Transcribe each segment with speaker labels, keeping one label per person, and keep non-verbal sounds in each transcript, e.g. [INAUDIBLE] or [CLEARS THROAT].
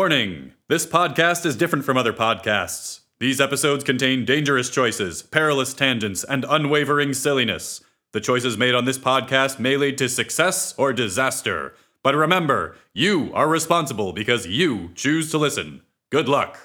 Speaker 1: Warning this podcast is different from other podcasts. These episodes contain dangerous choices, perilous tangents, and unwavering silliness. The choices made on this podcast may lead to success or disaster. But remember, you are responsible because you choose to listen. Good luck.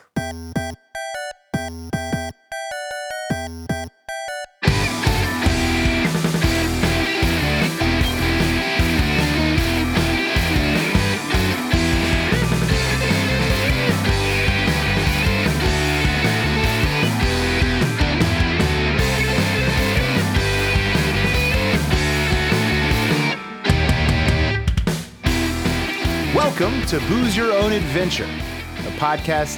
Speaker 2: Welcome to Booze Your Own Adventure, a podcast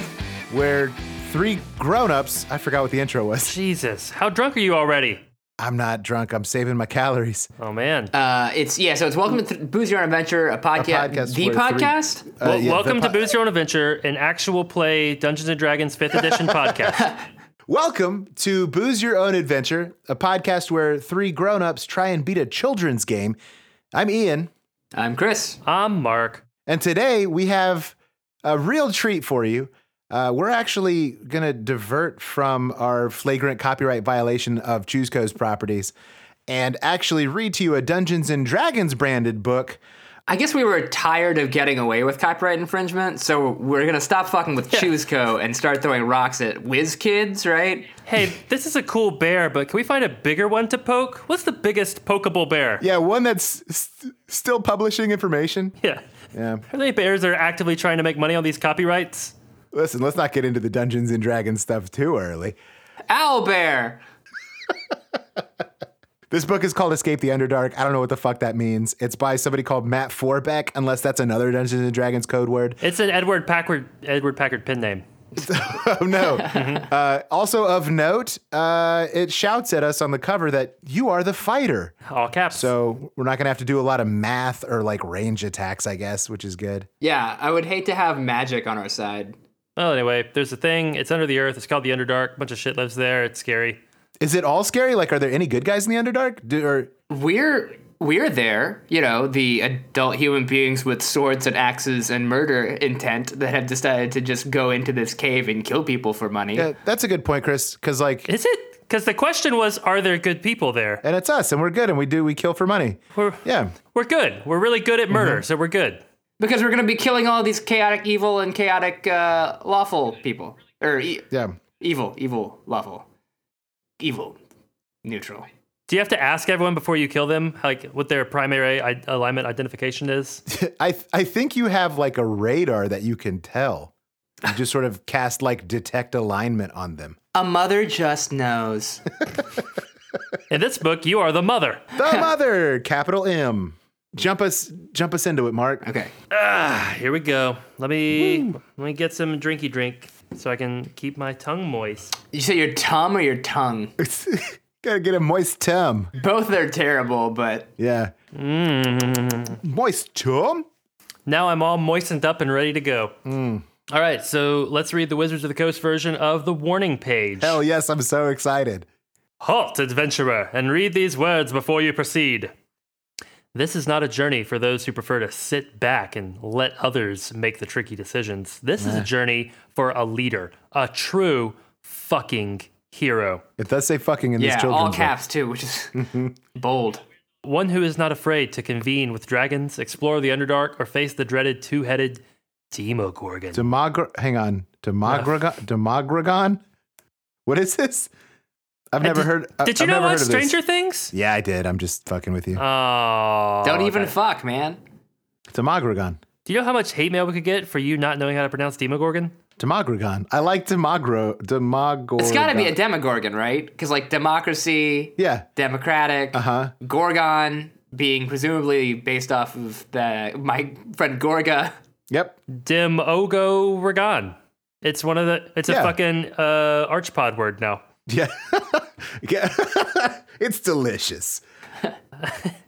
Speaker 2: where three grown-ups, I forgot what the intro was. [LAUGHS]
Speaker 3: Jesus, how drunk are you already?
Speaker 2: I'm not drunk, I'm saving my calories.
Speaker 3: Oh man.
Speaker 4: Uh, it's yeah. So it's welcome to Th- Booze Your Own Adventure, a podcast,
Speaker 2: podcast
Speaker 4: the
Speaker 2: where three-
Speaker 4: podcast.
Speaker 2: Uh,
Speaker 3: well,
Speaker 2: yeah,
Speaker 3: welcome
Speaker 2: the
Speaker 3: to
Speaker 2: po-
Speaker 3: Boost Your Own Adventure, an actual play Dungeons and Dragons
Speaker 2: [LAUGHS]
Speaker 3: 5th edition podcast.
Speaker 2: Welcome to Booze Your Own Adventure, a podcast where three grown-ups try and beat a children's game. I'm Ian,
Speaker 4: I'm Chris.
Speaker 3: I'm Mark.
Speaker 2: and today we have a real treat for you. Uh, we're actually going to divert from our flagrant copyright violation of Chooseco's properties and actually read to you a Dungeons and Dragons branded book
Speaker 4: I guess we were tired of getting away with copyright infringement, so we're gonna stop fucking with Chooseco and start throwing rocks at whiz kids, right?
Speaker 3: Hey, this is a cool bear, but can we find a bigger one to poke? What's the biggest pokeable bear?
Speaker 2: Yeah, one that's st- still publishing information.
Speaker 3: Yeah.
Speaker 2: Yeah.
Speaker 3: Are they bears that are actively trying to make money on these copyrights?
Speaker 2: Listen, let's not get into the Dungeons and Dragons stuff too early.
Speaker 4: Owl bear.
Speaker 2: This book is called Escape the Underdark. I don't know what the fuck that means. It's by somebody called Matt Forbeck, unless that's another Dungeons and Dragons code word.
Speaker 3: It's an Edward Packard Edward Packard pin name.
Speaker 2: [LAUGHS] Oh no. [LAUGHS] uh, also of note, uh, it shouts at us on the cover that you are the fighter.
Speaker 3: All caps.
Speaker 2: So we're not gonna have to do a lot of math or like range attacks, I guess, which is good.
Speaker 4: Yeah, I would hate to have magic on our side.
Speaker 3: well, anyway, there's a thing. It's under the earth. It's called the Underdark. A bunch of shit lives there. It's scary.
Speaker 2: Is it all scary? Like, are there any good guys in the Underdark? Do, or
Speaker 4: We're we're there, you know, the adult human beings with swords and axes and murder intent that have decided to just go into this cave and kill people for money.
Speaker 2: yeah, uh, that's a good point, Chris. Because like,
Speaker 3: Is it? Because the question was, are there good people there?
Speaker 2: and it's us and we're good and we do we kill for money
Speaker 3: We're,
Speaker 2: yeah
Speaker 3: we're good. We're really good at
Speaker 2: Mm-hmm.
Speaker 3: murder, so we're good.
Speaker 4: because we're going to be killing all these chaotic evil and chaotic uh, lawful people or e-
Speaker 2: yeah [LAUGHS]
Speaker 4: evil evil lawful evil neutral
Speaker 3: Do you have to ask everyone before you kill them, like what their primary I- alignment identification [LAUGHS] is?
Speaker 2: i th- i think you have like a radar that you can tell you just sort of cast like detect alignment on them
Speaker 4: a mother just knows
Speaker 3: In this book, you are the mother.
Speaker 4: [LAUGHS]
Speaker 2: the mother capital m jump us jump us into it mark
Speaker 4: okay [LAUGHS]
Speaker 3: Ah, here we go. Let me let me get some drinky drink so I can keep my tongue moist.
Speaker 4: you say your tum or your tongue
Speaker 2: [LAUGHS] gotta get a moist tum
Speaker 4: both are terrible but
Speaker 2: yeah
Speaker 4: Mm.
Speaker 2: moist tum
Speaker 3: Now I'm all moistened up and ready to go. Hmm. All right, so let's read the Wizards of the Coast version of the warning page.
Speaker 2: hell yes i'm so excited
Speaker 3: Halt, adventurer, and read these words before you proceed. This is not a journey for those who prefer to sit back and let others make the tricky decisions. This is a journey for a leader, a true fucking hero.
Speaker 2: it does say fucking in
Speaker 4: yeah
Speaker 2: this
Speaker 4: all
Speaker 2: children's book.
Speaker 4: caps too which is bold
Speaker 3: One who is not afraid to convene with dragons, explore the Underdark, or face the dreaded two headed Demogorgon.
Speaker 2: Demogr- hang on. Demogragon Demogragon? What is this? I've never
Speaker 3: did-
Speaker 2: heard I-
Speaker 3: Did you
Speaker 2: I've
Speaker 3: know
Speaker 2: never
Speaker 3: about
Speaker 2: heard of this.
Speaker 3: Stranger Uh. Things?
Speaker 2: Yeah, I did. I'm just fucking with you.
Speaker 3: Oh.
Speaker 4: don't even
Speaker 3: okay.
Speaker 4: fuck man
Speaker 2: Demogragon.
Speaker 3: Do you know how much hate mail we could get for you not knowing how to pronounce Demogorgon?
Speaker 2: Demogragon. I like Demogro Demogorgon.
Speaker 4: it's got to be a demogorgon right because like democracy
Speaker 2: Yeah.
Speaker 4: democratic
Speaker 2: Uh-huh.
Speaker 4: gorgon being presumably based off of the my friend gorga
Speaker 2: Yep.
Speaker 3: Demogo Ragon. It's one of the. It's
Speaker 2: Yeah.
Speaker 3: a fucking uh, archpod word now.
Speaker 2: Yeah. yeah. [LAUGHS] it's delicious.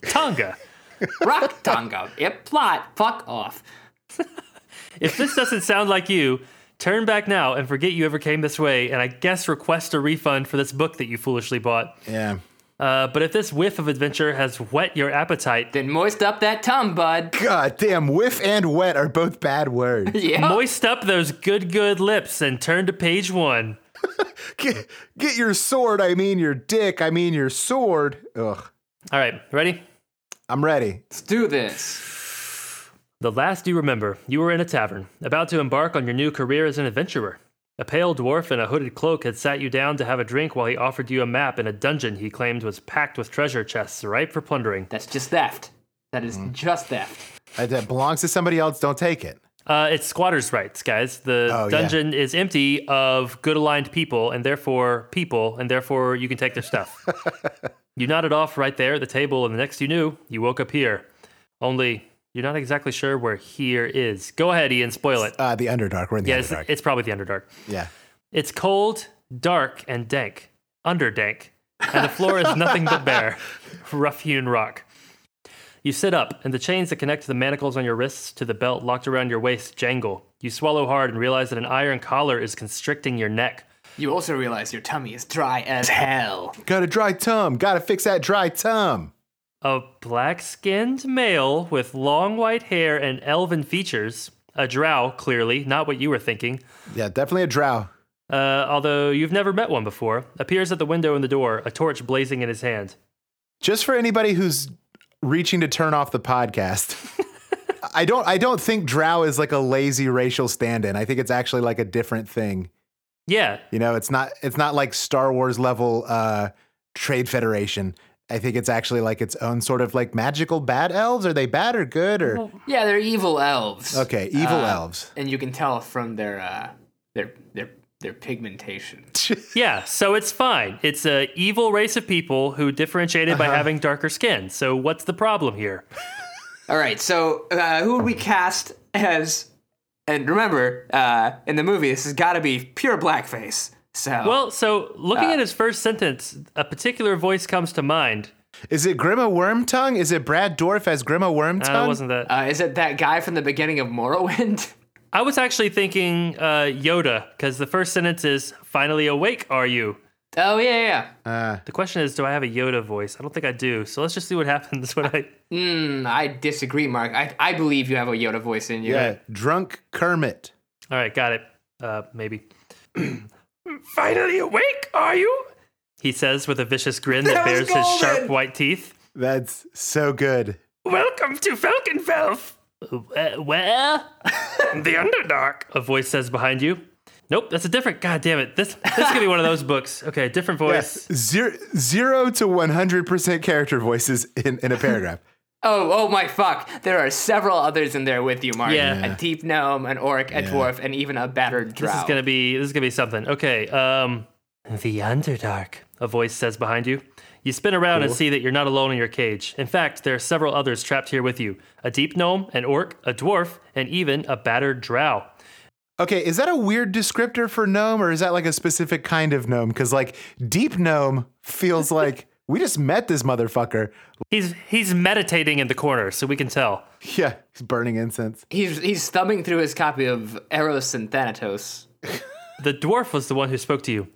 Speaker 3: Tonga.
Speaker 4: Rock Tonga. Yep, plot. Fuck off.
Speaker 3: if this doesn't sound like you, turn back now and forget you ever came this way, and I guess request a refund for this book that you foolishly bought.
Speaker 2: Yeah.
Speaker 3: Uh, but if this whiff of adventure has whet your appetite,
Speaker 4: Then moist up that tum, bud. [LAUGHS]
Speaker 2: God damn, whiff and wet are both bad words.
Speaker 4: Yeah.
Speaker 3: moist up those good, good lips and turn to page one.
Speaker 2: get, get your sword. I mean your dick. I mean your sword. Ugh.
Speaker 3: All right, ready?
Speaker 2: I'm ready.
Speaker 4: Let's do this.
Speaker 3: The last you remember, you were in a tavern, about to embark on your new career as an adventurer. A pale dwarf in a hooded cloak had sat you down to have a drink while he offered you a map in a dungeon he claimed was packed with treasure chests ripe for plundering.
Speaker 4: That's just theft. That is just theft.
Speaker 2: Uh, That belongs to somebody else. Don't take it.
Speaker 3: Uh, it's squatter's rights, guys. The
Speaker 2: Oh, yeah.
Speaker 3: dungeon is empty of good aligned people and therefore people, and therefore you can take
Speaker 2: [LAUGHS]
Speaker 3: their stuff. you nodded off right there at the table, and the next you knew, you woke up here. Only you're not exactly sure where here is. Go ahead, Ian, spoil it.
Speaker 2: Uh, the Underdark. We're in the
Speaker 3: Yeah, it's,
Speaker 2: Underdark.
Speaker 3: it's probably the Underdark.
Speaker 2: yeah.
Speaker 3: It's cold, dark, and dank. Underdank. And the floor is nothing but bare, [LAUGHS] rough hewn rock. You sit up, and the chains that connect the manacles on your wrists to the belt locked around your waist jangle. You swallow hard and realize that an iron collar is constricting your neck.
Speaker 4: You also realize your tummy is dry as hell.
Speaker 2: Got a dry tum. Got to fix that dry tum.
Speaker 3: A black skinned male with long white hair and elven features, a drow, clearly, not what you were thinking,
Speaker 2: Yeah, definitely a drow.
Speaker 3: uh, although you've never met one before, appears at the window in the door, a torch blazing in his hand.
Speaker 2: Just for anybody who's reaching to turn off the podcast. I don't. I don't think drow is like a lazy racial stand-in. I think it's actually like a different thing.
Speaker 3: Yeah,
Speaker 2: You know, it's not. It's not like Star Wars level uh, trade federation. I think it's actually like its own sort of like magical bad elves. Are they bad or good or
Speaker 4: Yeah, they're evil elves.
Speaker 2: okay? Evil
Speaker 4: Uh,
Speaker 2: elves.
Speaker 4: And you can tell from their uh, their their their pigmentation.
Speaker 3: Yeah, so it's fine. It's a evil race of people who differentiated
Speaker 4: Uh-huh.
Speaker 3: by having darker skin. So what's the problem here?
Speaker 4: All right, so uh, who would we cast as? And remember, uh, in the movie, this has got to be pure blackface. So
Speaker 3: Well, so looking
Speaker 4: Uh.
Speaker 3: at his first sentence, a particular voice comes to mind.
Speaker 2: Is it Grima Wormtongue? Is it Brad Dorf as Grima Wormtongue?
Speaker 3: Uh, wasn't that?
Speaker 4: uh, is it that guy from the beginning of Morrowind? [LAUGHS]
Speaker 3: I was actually thinking uh, Yoda because the first sentence is "Finally awake, are you?"
Speaker 4: oh yeah, yeah.
Speaker 3: The question is, do I have a Yoda voice? I don't think I do. So let's just see what [LAUGHS] happens when I.
Speaker 4: Mm, I disagree, Mark. I, I believe you have a Yoda voice in you.
Speaker 2: yeah, drunk Kermit.
Speaker 3: All right, got it. Uh, maybe. [CLEARS THROAT] Finally awake, are you? He says with a vicious grin that,
Speaker 4: That was
Speaker 3: bares his sharp
Speaker 4: golden.
Speaker 3: white teeth.
Speaker 2: That's so good.
Speaker 3: Welcome to Falconfelf. Uh, where? [LAUGHS] the Underdark. A voice says behind you. Nope, that's a different. God damn it! This this could be one of those books. Okay, different voice.
Speaker 2: Zero, zero to one hundred percent character voices in, in a paragraph.
Speaker 4: Oh, oh my fuck! There are several others in there with you, Mark.
Speaker 3: Yeah.
Speaker 4: A deep gnome, an orc, a dwarf, and even a battered drow.
Speaker 3: This is gonna be this is gonna be something. Okay. Um, the Underdark. A voice says behind you. You spin around and see that you're not alone in your cage. In fact, there are several others trapped here with you: a deep gnome, an orc, a dwarf, and even a battered drow.
Speaker 2: Okay, is that a weird descriptor for gnome, or is that like a specific kind of gnome? Because like deep gnome feels like we just met this motherfucker.
Speaker 3: He's he's meditating in the corner, so we can tell.
Speaker 2: Yeah, he's burning incense.
Speaker 4: he's he's thumbing through his copy of Eros and Thanatos.
Speaker 3: The dwarf was the one who spoke to you.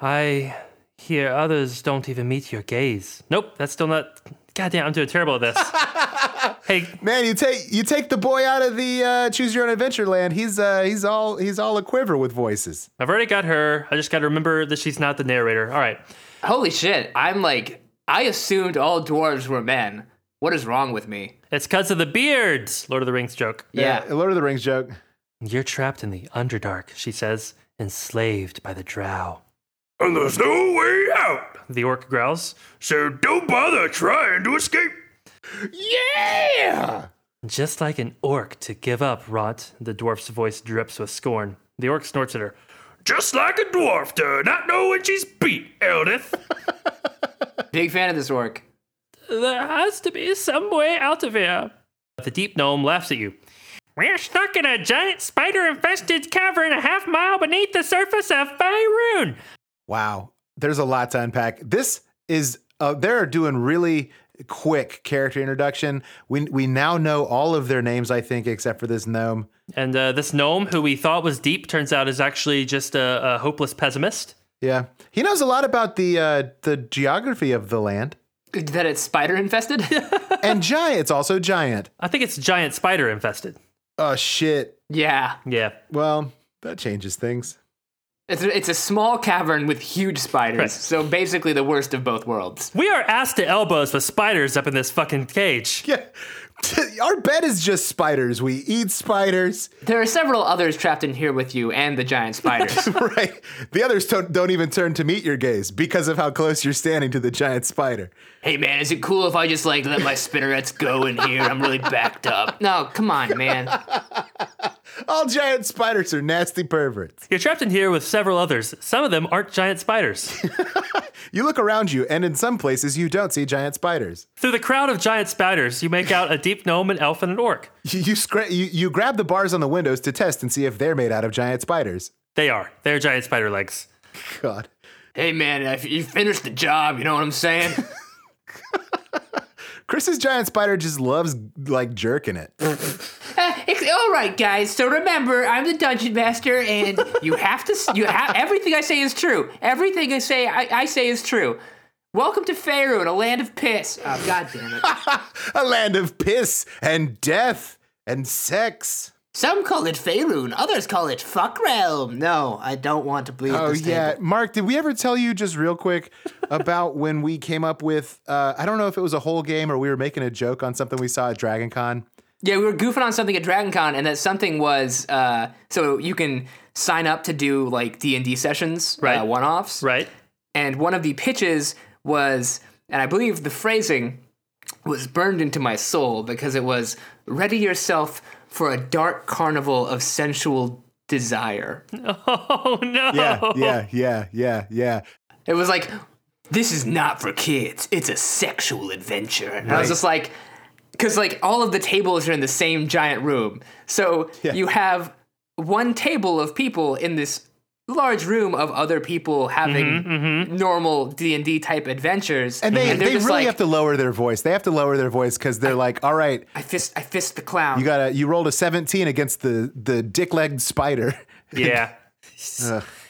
Speaker 3: I hear others don't even meet your gaze. Nope, that's still not. Goddamn, I'm doing terrible at this. hey,
Speaker 2: Man, you take you take the boy out of the uh, choose your own adventure land. He's uh, he's all he's all a quiver with voices.
Speaker 3: I've already got her. I just got to remember that she's not the narrator. All right.
Speaker 4: Holy shit! I'm like, I assumed all dwarves were men. What is wrong with me?
Speaker 3: It's because of the beards, Lord of the Rings joke.
Speaker 4: Yeah.
Speaker 2: Uh, Lord of the Rings joke.
Speaker 3: You're trapped in the Underdark, she says, enslaved by the drow.
Speaker 5: And there's no way out,
Speaker 3: The orc growls.
Speaker 5: so don't bother trying to escape.
Speaker 2: Yeah.
Speaker 3: Just like an orc to give up, Rot, the dwarf's voice drips with scorn. The orc snorts at her.
Speaker 5: Just like a dwarf to not know when she's beat, Eldith.
Speaker 4: Big fan of this orc.
Speaker 3: There has to be some way out of here. The deep gnome laughs at you. We're stuck in a giant spider infested cavern a half mile beneath the surface of Faerun.
Speaker 2: Wow. There's a lot to unpack. This is uh, they're doing really quick character introduction. We we now know all of their names, I think, except for this gnome.
Speaker 3: And uh, this gnome, who we thought was deep, turns out is actually just a, a hopeless pessimist.
Speaker 2: Yeah, he knows a lot about the uh, the geography of the land.
Speaker 4: That it's spider infested? [LAUGHS]
Speaker 2: And giant, it's also giant.
Speaker 3: I think it's giant spider infested.
Speaker 2: Oh shit.
Speaker 4: yeah.
Speaker 3: Yeah.
Speaker 2: Well, that changes things.
Speaker 4: It's a, it's a small cavern with huge spiders.
Speaker 3: Right.
Speaker 4: So basically the worst of both worlds.
Speaker 3: We are ass to elbows with spiders up in this fucking cage.
Speaker 2: Yeah. [LAUGHS] Our bed is just spiders. We eat spiders.
Speaker 4: There are several others trapped in here with you and the giant [LAUGHS] spiders.
Speaker 2: right. The others don't, don't even turn to meet your gaze because of how close you're standing to the giant spider.
Speaker 4: hey man, is it cool if I just like let my spinnerets go in here? I'm really backed up. No, come on, man.
Speaker 2: All giant spiders are nasty perverts.
Speaker 3: You're trapped in here with several others. Some of them aren't giant spiders.
Speaker 2: You look around you, and in some places, you don't see giant spiders.
Speaker 3: Through the crowd of giant spiders, you make out a deep gnome, an elf, and an orc.
Speaker 2: You, you, scra- you, you grab the bars on the windows to test and see if they're made out of giant spiders.
Speaker 3: They are. They're giant spider legs.
Speaker 2: God.
Speaker 4: Hey man, if you finished the job, you know what I'm [LAUGHS] saying?
Speaker 2: Chris's giant spider just loves like jerking it.
Speaker 4: Ex- All right, guys. So remember, I'm the dungeon master, and you have to. s- You have everything I say is true. Everything I say, I, I say is true. Welcome to Faerun, a land of piss. Oh, God damn it!
Speaker 2: A land of piss and death and sex.
Speaker 4: [LAUGHS] Some call it Faerun, others call it Fuck Realm. No, I don't want to bleed.
Speaker 2: Oh
Speaker 4: this
Speaker 2: yeah,
Speaker 4: table.
Speaker 2: Mark. Did we ever tell you just real [LAUGHS] quick about when we came up with? Uh, I don't know if it was a whole game or we were making a joke on something we saw at Dragon Con.
Speaker 4: Yeah, we were goofing on something at Dragon Con, and that something was uh, so you can sign up to do like D and D sessions,
Speaker 3: Right.
Speaker 4: Uh, one offs,
Speaker 3: Right?
Speaker 4: And one of the pitches was, and I believe the phrasing was burned into my soul because it was ready yourself for a dark carnival of sensual desire.
Speaker 3: [LAUGHS] Oh, no.
Speaker 2: Yeah, yeah, yeah, yeah, yeah.
Speaker 4: It was like, this is not for kids, it's a sexual adventure. And I was just like, because like all of the tables are in the same giant room. So you have one table of people in this large room of other people having normal D&D type adventures
Speaker 2: Mm-hmm, And they,
Speaker 4: they're
Speaker 2: they
Speaker 4: just
Speaker 2: really
Speaker 4: like,
Speaker 2: have to lower their voice. They have to lower their voice because they're like, all right,
Speaker 4: I fist I fist the clown.
Speaker 2: you got to you rolled a seventeen against the the dick legged spider.
Speaker 3: [LAUGHS]
Speaker 2: [LAUGHS]
Speaker 3: Yeah.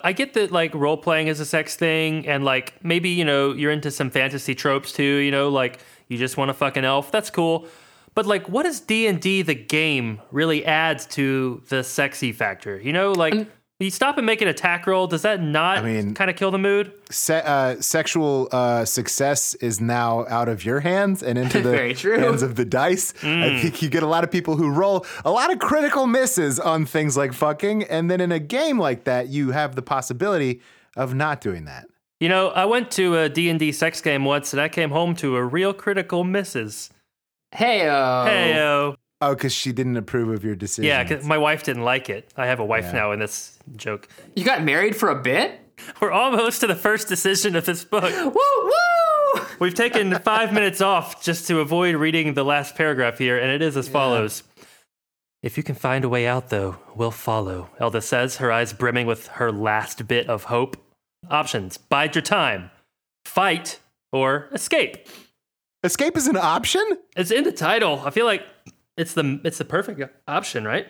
Speaker 3: I get that like role playing is a sex thing, and like maybe you know you're into some fantasy tropes too. You know, like you just want a fucking elf. That's cool. But like, what does D and D the game really adds to the sexy factor? You know, like you stop and make an attack roll. Does that not
Speaker 2: mean-
Speaker 3: kind of kill the mood?
Speaker 2: Se- uh, sexual uh, success is now out of your hands and
Speaker 4: [LAUGHS]
Speaker 2: into the
Speaker 4: Very true. Mm.
Speaker 2: hands of the dice. I think you get a lot of people who roll a lot of critical misses on things like fucking, and then in a game like that, you have the possibility of not doing that.
Speaker 3: You know, I went to a D and D sex game once, and I came home to a real critical misses.
Speaker 4: Hey, uh,
Speaker 3: Hey, oh,
Speaker 2: Oh, because she didn't approve of your decision.
Speaker 3: yeah, 'cause my wife didn't like it. I have a wife now, in this joke.
Speaker 4: you got married for a bit?
Speaker 3: We're almost to the first decision of this book.
Speaker 4: Woo, woo!
Speaker 3: We've taken five minutes off just to avoid reading the last paragraph here, and it is as follows. If you can find a way out, though, we'll follow, Elda says, her eyes brimming with her last bit of hope. Options bide your time, fight, or escape.
Speaker 2: escape is an option.
Speaker 3: It's in the title. I feel like it's the, it's the perfect option, right?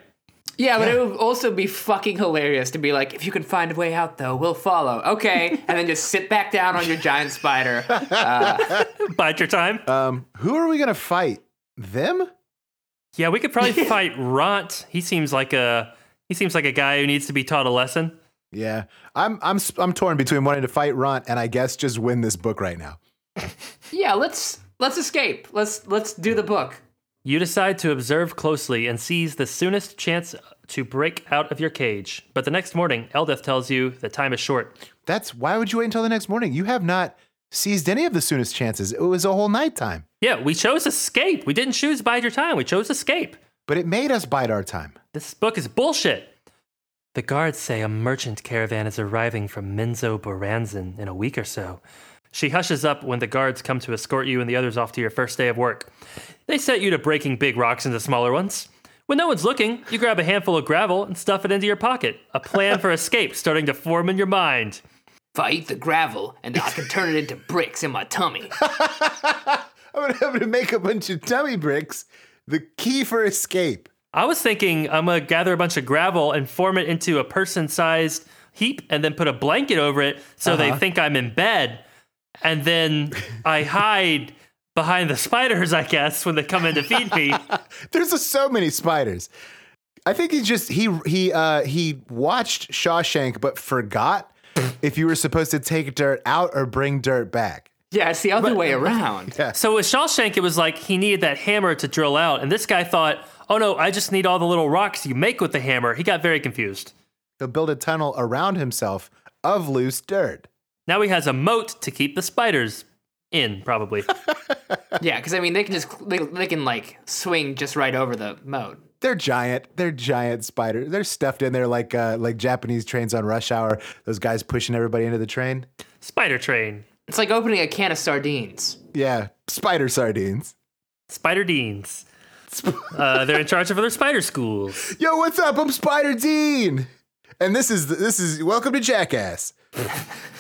Speaker 4: Yeah, but it would also be fucking hilarious to be like, if you can find a way out, though, we'll follow. Okay, and then just sit back down on your giant spider.
Speaker 3: Bide your time.
Speaker 2: Um, who are we gonna fight? Them?
Speaker 3: yeah, we could probably fight Ront. He seems like a he seems like a guy who needs to be taught a lesson.
Speaker 2: Yeah, I'm I'm s- I'm torn between wanting to fight Runt and I guess just win this book right now.
Speaker 4: yeah, let's let's escape. Let's let's do the book.
Speaker 3: You decide to observe closely and seize the soonest chance to break out of your cage. But the next morning, Eldeth tells you the time is short.
Speaker 2: That's why would you wait until the next morning? You have not seized any of the soonest chances. It was a whole nighttime,
Speaker 3: Yeah, we chose escape. We didn't choose bide your time. We chose escape.
Speaker 2: but it made us bide our time. [LAUGHS]
Speaker 3: This book is bullshit. The guards say a merchant caravan is arriving from Minzo Boranzan in a week or so. She hushes up when the guards come to escort you and the others off to your first day of work. They set you to breaking big rocks into smaller ones. When no one's looking, you grab a handful of gravel and stuff it into your pocket. A plan for escape starting to form in your mind.
Speaker 4: If I eat the gravel, and I can turn it into bricks in my tummy.
Speaker 2: I'm gonna have to make a bunch of dummy bricks. The key for escape.
Speaker 3: I was thinking I'm gonna gather a bunch of gravel and form it into a person-sized heap and then put a blanket over it so they think I'm in bed. And then I hide behind the spiders, I guess, when they come in to feed me.
Speaker 2: There's a, so many spiders. I think he just he he uh he watched Shawshank but forgot if you were supposed to take dirt out or bring dirt back.
Speaker 4: Yeah, it's the other way around.
Speaker 3: So with Shawshank, it was like he needed that hammer to drill out. And this guy thought, oh no, I just need all the little rocks you make with the hammer. He got very confused.
Speaker 2: He'll build a tunnel around himself of loose dirt.
Speaker 3: Now he has a moat to keep the spiders in, probably.
Speaker 4: Yeah, because I mean, they can just they, they can like swing just right over the moat.
Speaker 2: They're giant. They're giant spiders. They're stuffed in there like uh, like Japanese trains on rush hour. Those guys pushing everybody into the train.
Speaker 3: Spider train.
Speaker 4: It's like opening a can of sardines.
Speaker 2: Yeah, spider sardines.
Speaker 3: Spider Deans. Uh, they're in charge of other spider schools.
Speaker 2: Yo, what's up? I'm Spider Dean, and this is this is welcome to Jackass. [LAUGHS]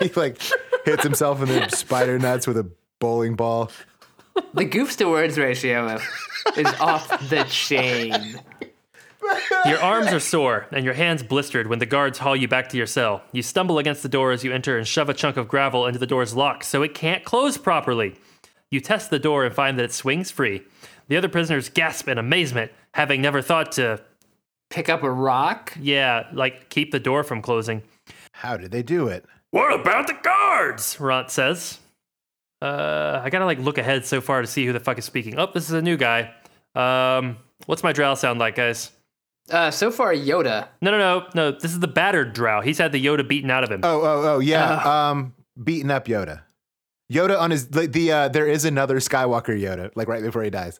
Speaker 2: he like hits himself in the spider nuts with a bowling ball.
Speaker 4: The goofs to words ratio is off the chain.
Speaker 3: Your arms are sore and your hands blistered when the guards haul you back to your cell. You stumble against the door as you enter and shove a chunk of gravel into the door's lock so it can't close properly. You test the door and find that it swings free. The other prisoners gasp in amazement, having never thought to,
Speaker 4: Pick up a rock.
Speaker 3: yeah, like keep the door from closing.
Speaker 2: How did they do it?
Speaker 5: What about the guards?
Speaker 3: Rant says. Uh, I gotta like look ahead so far to see who the fuck is speaking. Oh, this is a new guy. Um, what's my drow sound like, guys?
Speaker 4: Uh, so far, Yoda.
Speaker 3: No, no, no, no. This is the battered drow. He's had the Yoda beaten out of him.
Speaker 2: Oh, oh, oh, yeah. Um, beating up Yoda. Yoda on his like the uh, there is another Skywalker Yoda like right before he dies.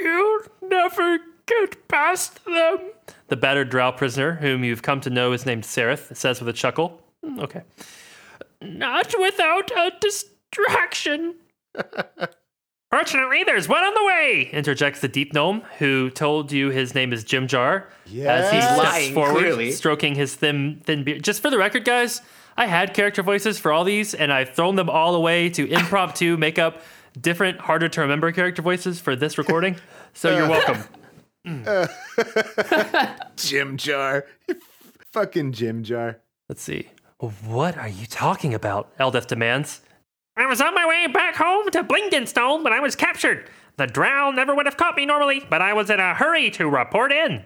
Speaker 5: You'll never get past them.
Speaker 3: The battered drow prisoner, whom you've come to know is named Sereth, says with a chuckle. "Mm, Okay.
Speaker 5: Not without a distraction.
Speaker 3: [LAUGHS] Fortunately, there's one on the way, interjects the deep gnome, who told you his name is Jim Jar. As he
Speaker 2: Yes.
Speaker 3: steps
Speaker 4: Lying,
Speaker 3: forward,
Speaker 4: clearly.
Speaker 3: stroking his thin thin beard. Just for the record, guys, I had character voices for all these, and I've thrown them all away to impromptu make up different, harder to remember character voices for this recording. So you're welcome.
Speaker 2: Jim Jar, [LAUGHS] fucking Jim Jar.
Speaker 3: Let's see. What are you talking about? Eldeth demands.
Speaker 5: I was on my way back home to Blingdenstone when I was captured. The drow never would have caught me normally, but I was in a hurry to report in.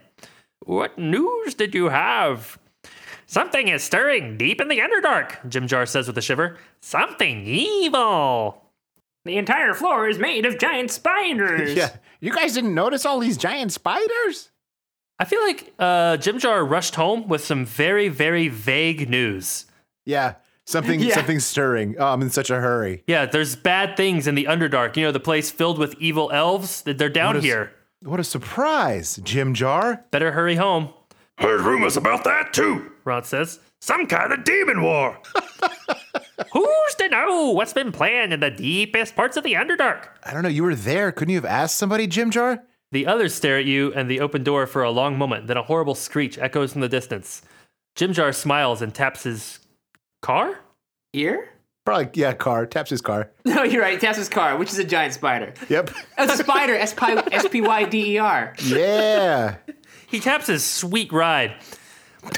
Speaker 5: What news did you have? Something is stirring deep in the Underdark,
Speaker 3: Jim Jar says with a shiver.
Speaker 5: Something evil.
Speaker 4: The entire floor is made of giant spiders.
Speaker 2: Yeah, you guys didn't notice all these giant spiders?
Speaker 3: I feel like uh, Jim Jar rushed home with some very, very vague news.
Speaker 2: Yeah, something
Speaker 4: Yeah.
Speaker 2: something stirring. Oh, I'm in such a hurry.
Speaker 3: Yeah, there's bad things in the Underdark. You know, the place filled with evil elves. They're down
Speaker 2: is-
Speaker 3: here.
Speaker 2: What a surprise, Jim Jar.
Speaker 3: Better hurry home,
Speaker 5: Heard rumors about that too.
Speaker 3: Rod says.
Speaker 5: Some kind of demon war.
Speaker 3: [LAUGHS] Who's to know what's been planned in the deepest parts of the Underdark?
Speaker 2: I don't know. You were there. Couldn't you have asked somebody, Jim Jar?
Speaker 3: The others stare at you and the open door for a long moment, then a horrible screech echoes in the distance. Jim Jar smiles and taps his car?
Speaker 4: Ear?
Speaker 2: Probably. Yeah, car taps his car.
Speaker 4: [LAUGHS] No, you're right. Tasso's car, which is a giant spider.
Speaker 2: [LAUGHS] Yep.
Speaker 4: A spider, S P [LAUGHS] S P Y D E R.
Speaker 2: yeah.
Speaker 3: He taps his sweet ride.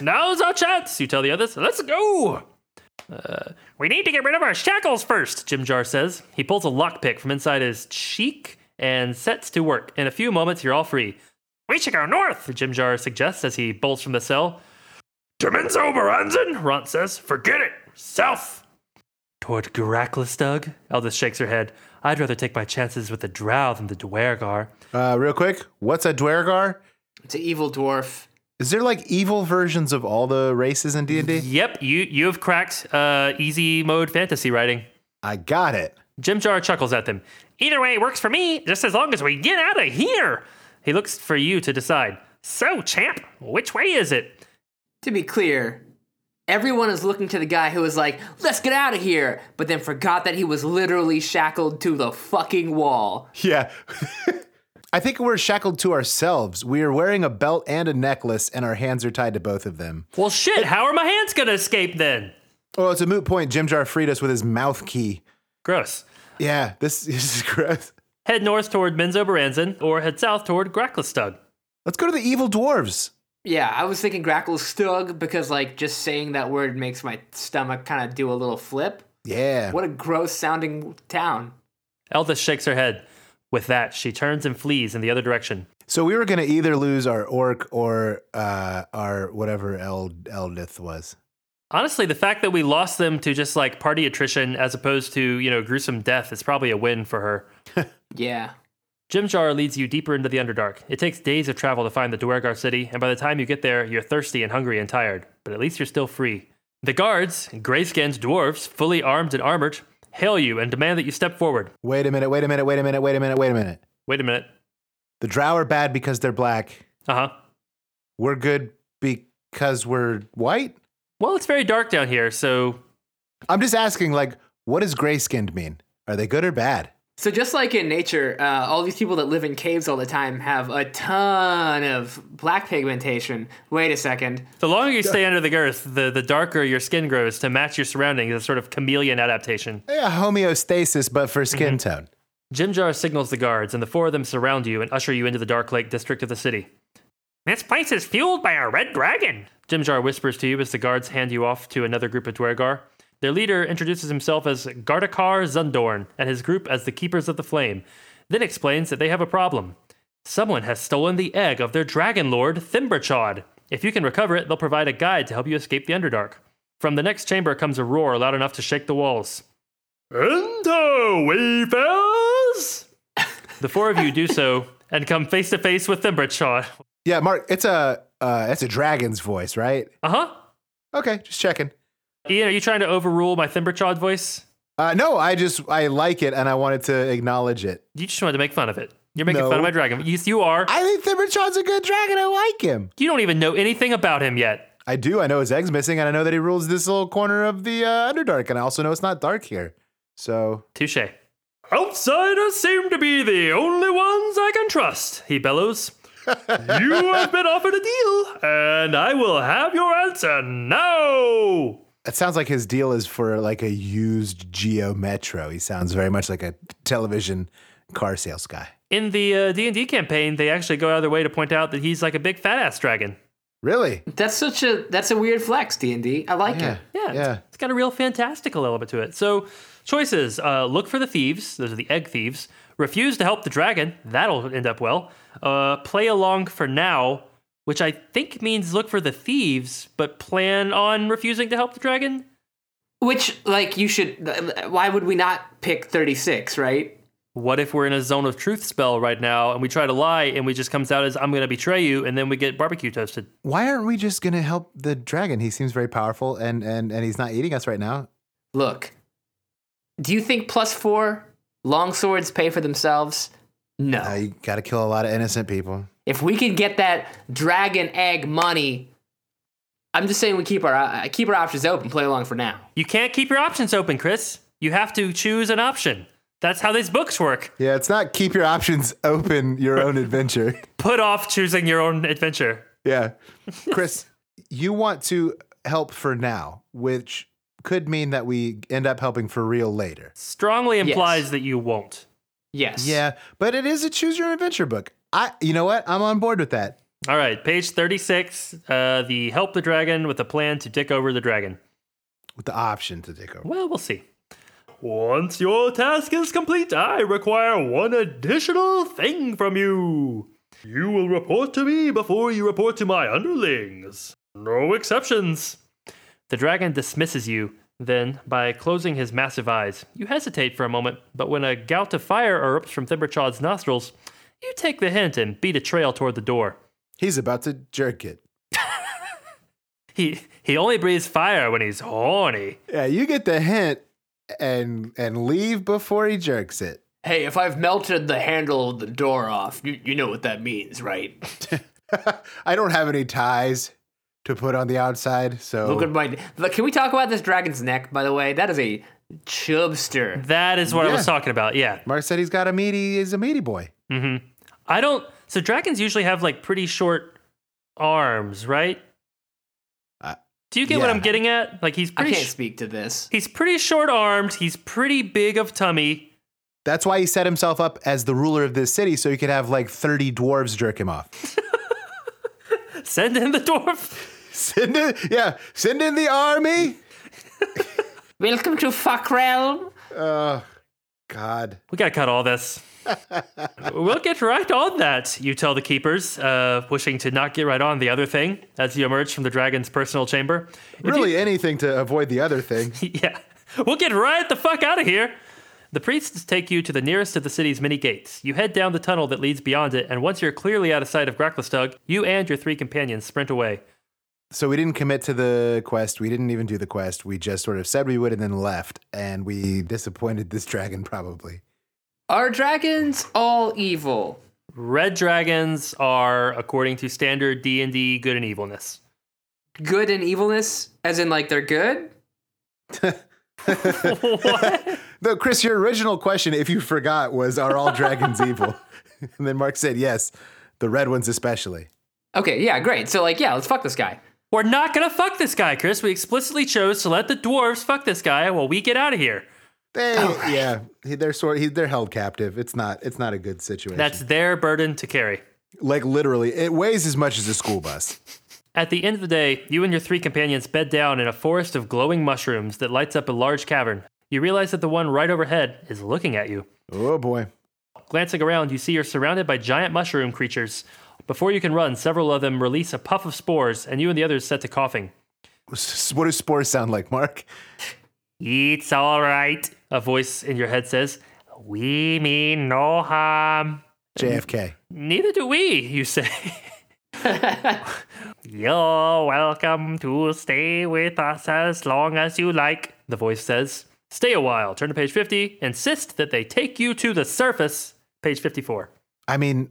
Speaker 3: Now's our chance, you tell the others. Let's go! Uh, we need to get rid of our shackles first, Jim Jar says. He pulls a lockpick from inside his cheek and sets to work. In a few moments, you're all free.
Speaker 5: We should go north.
Speaker 3: Jim Jar suggests as he bolts from the cell.
Speaker 5: Demen's Oberonzen?
Speaker 3: Runt says,
Speaker 5: Forget it. South.
Speaker 3: Toward Garaklus, Doug? Eldest shakes her head. I'd rather take my chances with the Drow than the Dwergar.
Speaker 2: Uh, real quick, what's a Dwergar?
Speaker 4: It's an evil dwarf.
Speaker 2: Is there like evil versions of all the races in D and D?
Speaker 3: Yep, you you have cracked uh, easy mode fantasy writing.
Speaker 2: I got it.
Speaker 3: Jim Jar chuckles at them. Either way works for me, just as long as we get out of here. He looks for you to decide. So, champ, which way is it?
Speaker 4: To be clear, everyone is looking to the guy who was like, let's get out of here, but then forgot that he was literally shackled to the fucking wall.
Speaker 2: Yeah. [LAUGHS] I think we're shackled to ourselves. We are wearing a belt and a necklace, and our hands are tied to both of them.
Speaker 3: Well, shit, how are my hands gonna escape then?
Speaker 2: Oh, it's a moot point. Jim Jar freed us with his mouth key.
Speaker 3: Gross.
Speaker 2: Yeah, this, [LAUGHS] this is gross.
Speaker 3: Head north toward Menzo Baranzin, or head south toward Graklestug.
Speaker 2: Let's go to the evil dwarves.
Speaker 4: Yeah, I was thinking Gracklestug because like just saying that word makes my stomach kind of do a little flip.
Speaker 2: Yeah.
Speaker 4: What a gross sounding town.
Speaker 3: Elvis shakes her head. With that, she turns and flees in the other direction.
Speaker 2: So we were going to either lose our orc or uh, our whatever Eld- Eldith was.
Speaker 3: Honestly, the fact that we lost them to just like party attrition as opposed to, you know, gruesome death is probably a win for her.
Speaker 4: Yeah.
Speaker 3: Jim Jar leads you deeper into the Underdark. It takes days of travel to find the Duergar city, and by the time you get there, you're thirsty and hungry and tired, but at least you're still free. The guards, gray-skinned dwarves, fully armed and armored, hail you and demand that you step forward.
Speaker 2: Wait a minute, wait a minute, wait a minute, wait a minute, wait a minute.
Speaker 3: Wait a minute.
Speaker 2: The drow are bad because they're black.
Speaker 3: Uh-huh.
Speaker 2: We're good because we're white?
Speaker 3: Well, it's very dark down here, so
Speaker 2: I'm just asking, like, what does gray skinned mean? Are they good or bad?
Speaker 4: So just like in nature, uh, all these people that live in caves all the time have a ton of black pigmentation. Wait a second.
Speaker 3: the longer you stay under the girth, the, the darker your skin grows to match your surroundings, a sort of chameleon adaptation.
Speaker 2: Yeah, homeostasis, but for skin tone.
Speaker 3: Jimjar signals the guards, and the four of them surround you and usher you into the Dark Lake district of the city.
Speaker 5: This place is fueled by a red dragon.
Speaker 3: Jimjar whispers to you as the guards hand you off to another group of Dwergar. Their leader introduces himself as Gardakar Zundorn and his group as the Keepers of the Flame, then explains that they have a problem. Someone has stolen the egg of their dragon lord, Thimberchod. If you can recover it, they'll provide a guide to help you escape the Underdark. From the next chamber comes a roar loud enough to shake the walls. Enter, Weavers! the four of you do so and come face to face with Thimberchod.
Speaker 2: Yeah, Mark, it's a uh, it's a dragon's voice, right?
Speaker 3: Uh huh.
Speaker 2: Okay, just checking.
Speaker 3: Ian, are you trying to overrule my Thimberchod voice?
Speaker 2: Uh, no, I just I like it and I wanted to acknowledge it.
Speaker 3: You just wanted to make fun of it. You're making
Speaker 2: No.
Speaker 3: fun of my dragon. Yes, you are.
Speaker 2: I think Thimberchon's a good dragon. I like him.
Speaker 3: you don't even know anything about him yet.
Speaker 2: I do. I know his egg's missing, and I know that he rules this little corner of the uh, Underdark, and I also know it's not dark here. So
Speaker 3: Touche. Outsiders seem to be the only ones I can trust, he bellows. you have been offered a deal, and I will have your answer now.
Speaker 2: it sounds like his deal is for like a used Geo Metro. He sounds very much like a television car sales guy.
Speaker 3: In the uh, D&D campaign, they actually go out of their way to point out that he's like a big fat-ass dragon.
Speaker 2: Really?
Speaker 4: That's such a that's a weird flex, D and D. I like it.
Speaker 3: Yeah, it's-
Speaker 2: Yeah.
Speaker 3: it's got a real fantastical element to it. So, choices uh, look for the thieves, those are the egg thieves, refuse to help the dragon, that'll end up well, uh, play along for now, which I think means look for the thieves, but plan on refusing to help the dragon.
Speaker 4: Which like you should. Why would we not pick thirty six? Right.
Speaker 3: What if we're in a zone of truth spell right now and we try to lie and we just comes out as I'm going to betray you and then we get barbecue toasted?
Speaker 2: Why aren't we just gonna help the dragon? He seems very powerful, and and and he's not eating us right now.
Speaker 4: Look. Do you think plus four long swords pay for themselves? No.
Speaker 2: Uh, you gotta kill a lot of innocent people.
Speaker 4: If we could get that dragon egg money, I'm just saying we keep our uh, keep our options open. Play along for now.
Speaker 3: You can't keep your options open, Chris. You have to choose an option. That's how these books work.
Speaker 2: Yeah, it's not keep your options [LAUGHS] open, your own adventure. [LAUGHS]
Speaker 3: Put off choosing your own adventure.
Speaker 2: Yeah. Chris, you want to help for now, which could mean that we end up helping for real later.
Speaker 3: strongly implies
Speaker 4: Yes.
Speaker 3: that you won't.
Speaker 4: Yes.
Speaker 2: Yeah, but it is a choose your own adventure book. I you know what? I'm on board with that.
Speaker 3: All right, page 36, uh, the help the dragon with a plan to dick over the dragon.
Speaker 2: With the option to take over.
Speaker 3: Well, we'll see. Once your task is complete, I require one additional thing from you. You will report to me before you report to my underlings. No exceptions. The dragon dismisses you. Then, by closing his massive eyes, you hesitate for a moment, but when a gout of fire erupts from Thimberchod's nostrils, you take the hint and beat a trail toward the door.
Speaker 2: He's about to jerk it.
Speaker 3: He he only breathes fire when he's horny.
Speaker 2: Yeah, you get the hint and and leave before he jerks it.
Speaker 4: Hey, if I've melted the handle of the door off, you, you know what that means, right?
Speaker 2: [LAUGHS] I don't have any ties to put on the outside, so
Speaker 3: Oh.
Speaker 4: Look at my. Look, can we talk about this dragon's neck, by the way? That is a chubster.
Speaker 3: That is what I was
Speaker 2: Yeah.
Speaker 3: talking about. Yeah.
Speaker 2: Mark said he's got a meaty he's a meaty boy.
Speaker 3: Mm-hmm. I don't so dragons usually have like pretty short arms, right?
Speaker 2: Uh,
Speaker 3: Do you get what
Speaker 2: yeah.
Speaker 3: I'm getting at? Like he's
Speaker 4: I
Speaker 3: pretty
Speaker 4: can't
Speaker 3: sh-
Speaker 4: speak to this.
Speaker 3: he's pretty short armed, he's pretty big of tummy.
Speaker 2: That's why he set himself up as the ruler of this city so he could have like 30 dwarves jerk him off.
Speaker 3: Send in the dwarf.
Speaker 2: [LAUGHS] Send in, yeah, send in the army.
Speaker 4: Welcome to Fuck Realm.
Speaker 2: God,
Speaker 3: We gotta cut
Speaker 2: [LAUGHS]
Speaker 3: all this. we'll get right on that, you tell the keepers, uh, wishing to not get right on the other thing as you emerge from the dragon's personal chamber.
Speaker 2: really anything to avoid the other
Speaker 4: [LAUGHS]
Speaker 2: thing.
Speaker 3: [LAUGHS] yeah. We'll get right the fuck out of here. The priests take you to the nearest of the city's many gates. You head down the tunnel that leads beyond it, and once you're clearly out of sight of Gracklestug, you and your three companions sprint away.
Speaker 2: So we didn't commit to the quest. We didn't even do the quest. We just sort of said we would and then left, and we disappointed this dragon probably.
Speaker 4: Are dragons all evil?
Speaker 3: Red dragons are, according to standard D&D, good and evilness.
Speaker 4: Good and evilness, as in like they're good?
Speaker 3: what?
Speaker 2: Though, Chris, your original question, if you forgot, was are all dragons evil? And then Mark said yes, the red ones especially.
Speaker 4: Okay, yeah, great. So like, yeah, let's fuck this guy.
Speaker 3: We're not gonna fuck this guy, Chris. We explicitly chose to let the dwarves fuck this guy while we get out of here.
Speaker 2: They, yeah, he, they're sort he, they're held captive. It's not it's not a good situation.
Speaker 3: That's their burden to carry.
Speaker 2: like literally, it weighs as much as a school bus.
Speaker 3: At the end of the day, you and your three companions bed down in a forest of glowing mushrooms that lights up a large cavern. You realize that the one right overhead is looking at you.
Speaker 2: Oh boy.
Speaker 3: Glancing around, you see you're surrounded by giant mushroom creatures. Before you can run, several of them release a puff of spores, and you and the others set to coughing.
Speaker 2: S- What do spores sound like, Mark?
Speaker 3: It's all right, a voice in your head says. We mean no harm.
Speaker 2: JFK.
Speaker 3: Neither do we, you say. You're welcome to stay with us as long as you like, the voice says. Stay a while. Turn to page 50. Insist that they take you to the surface. Page 54.
Speaker 2: I mean,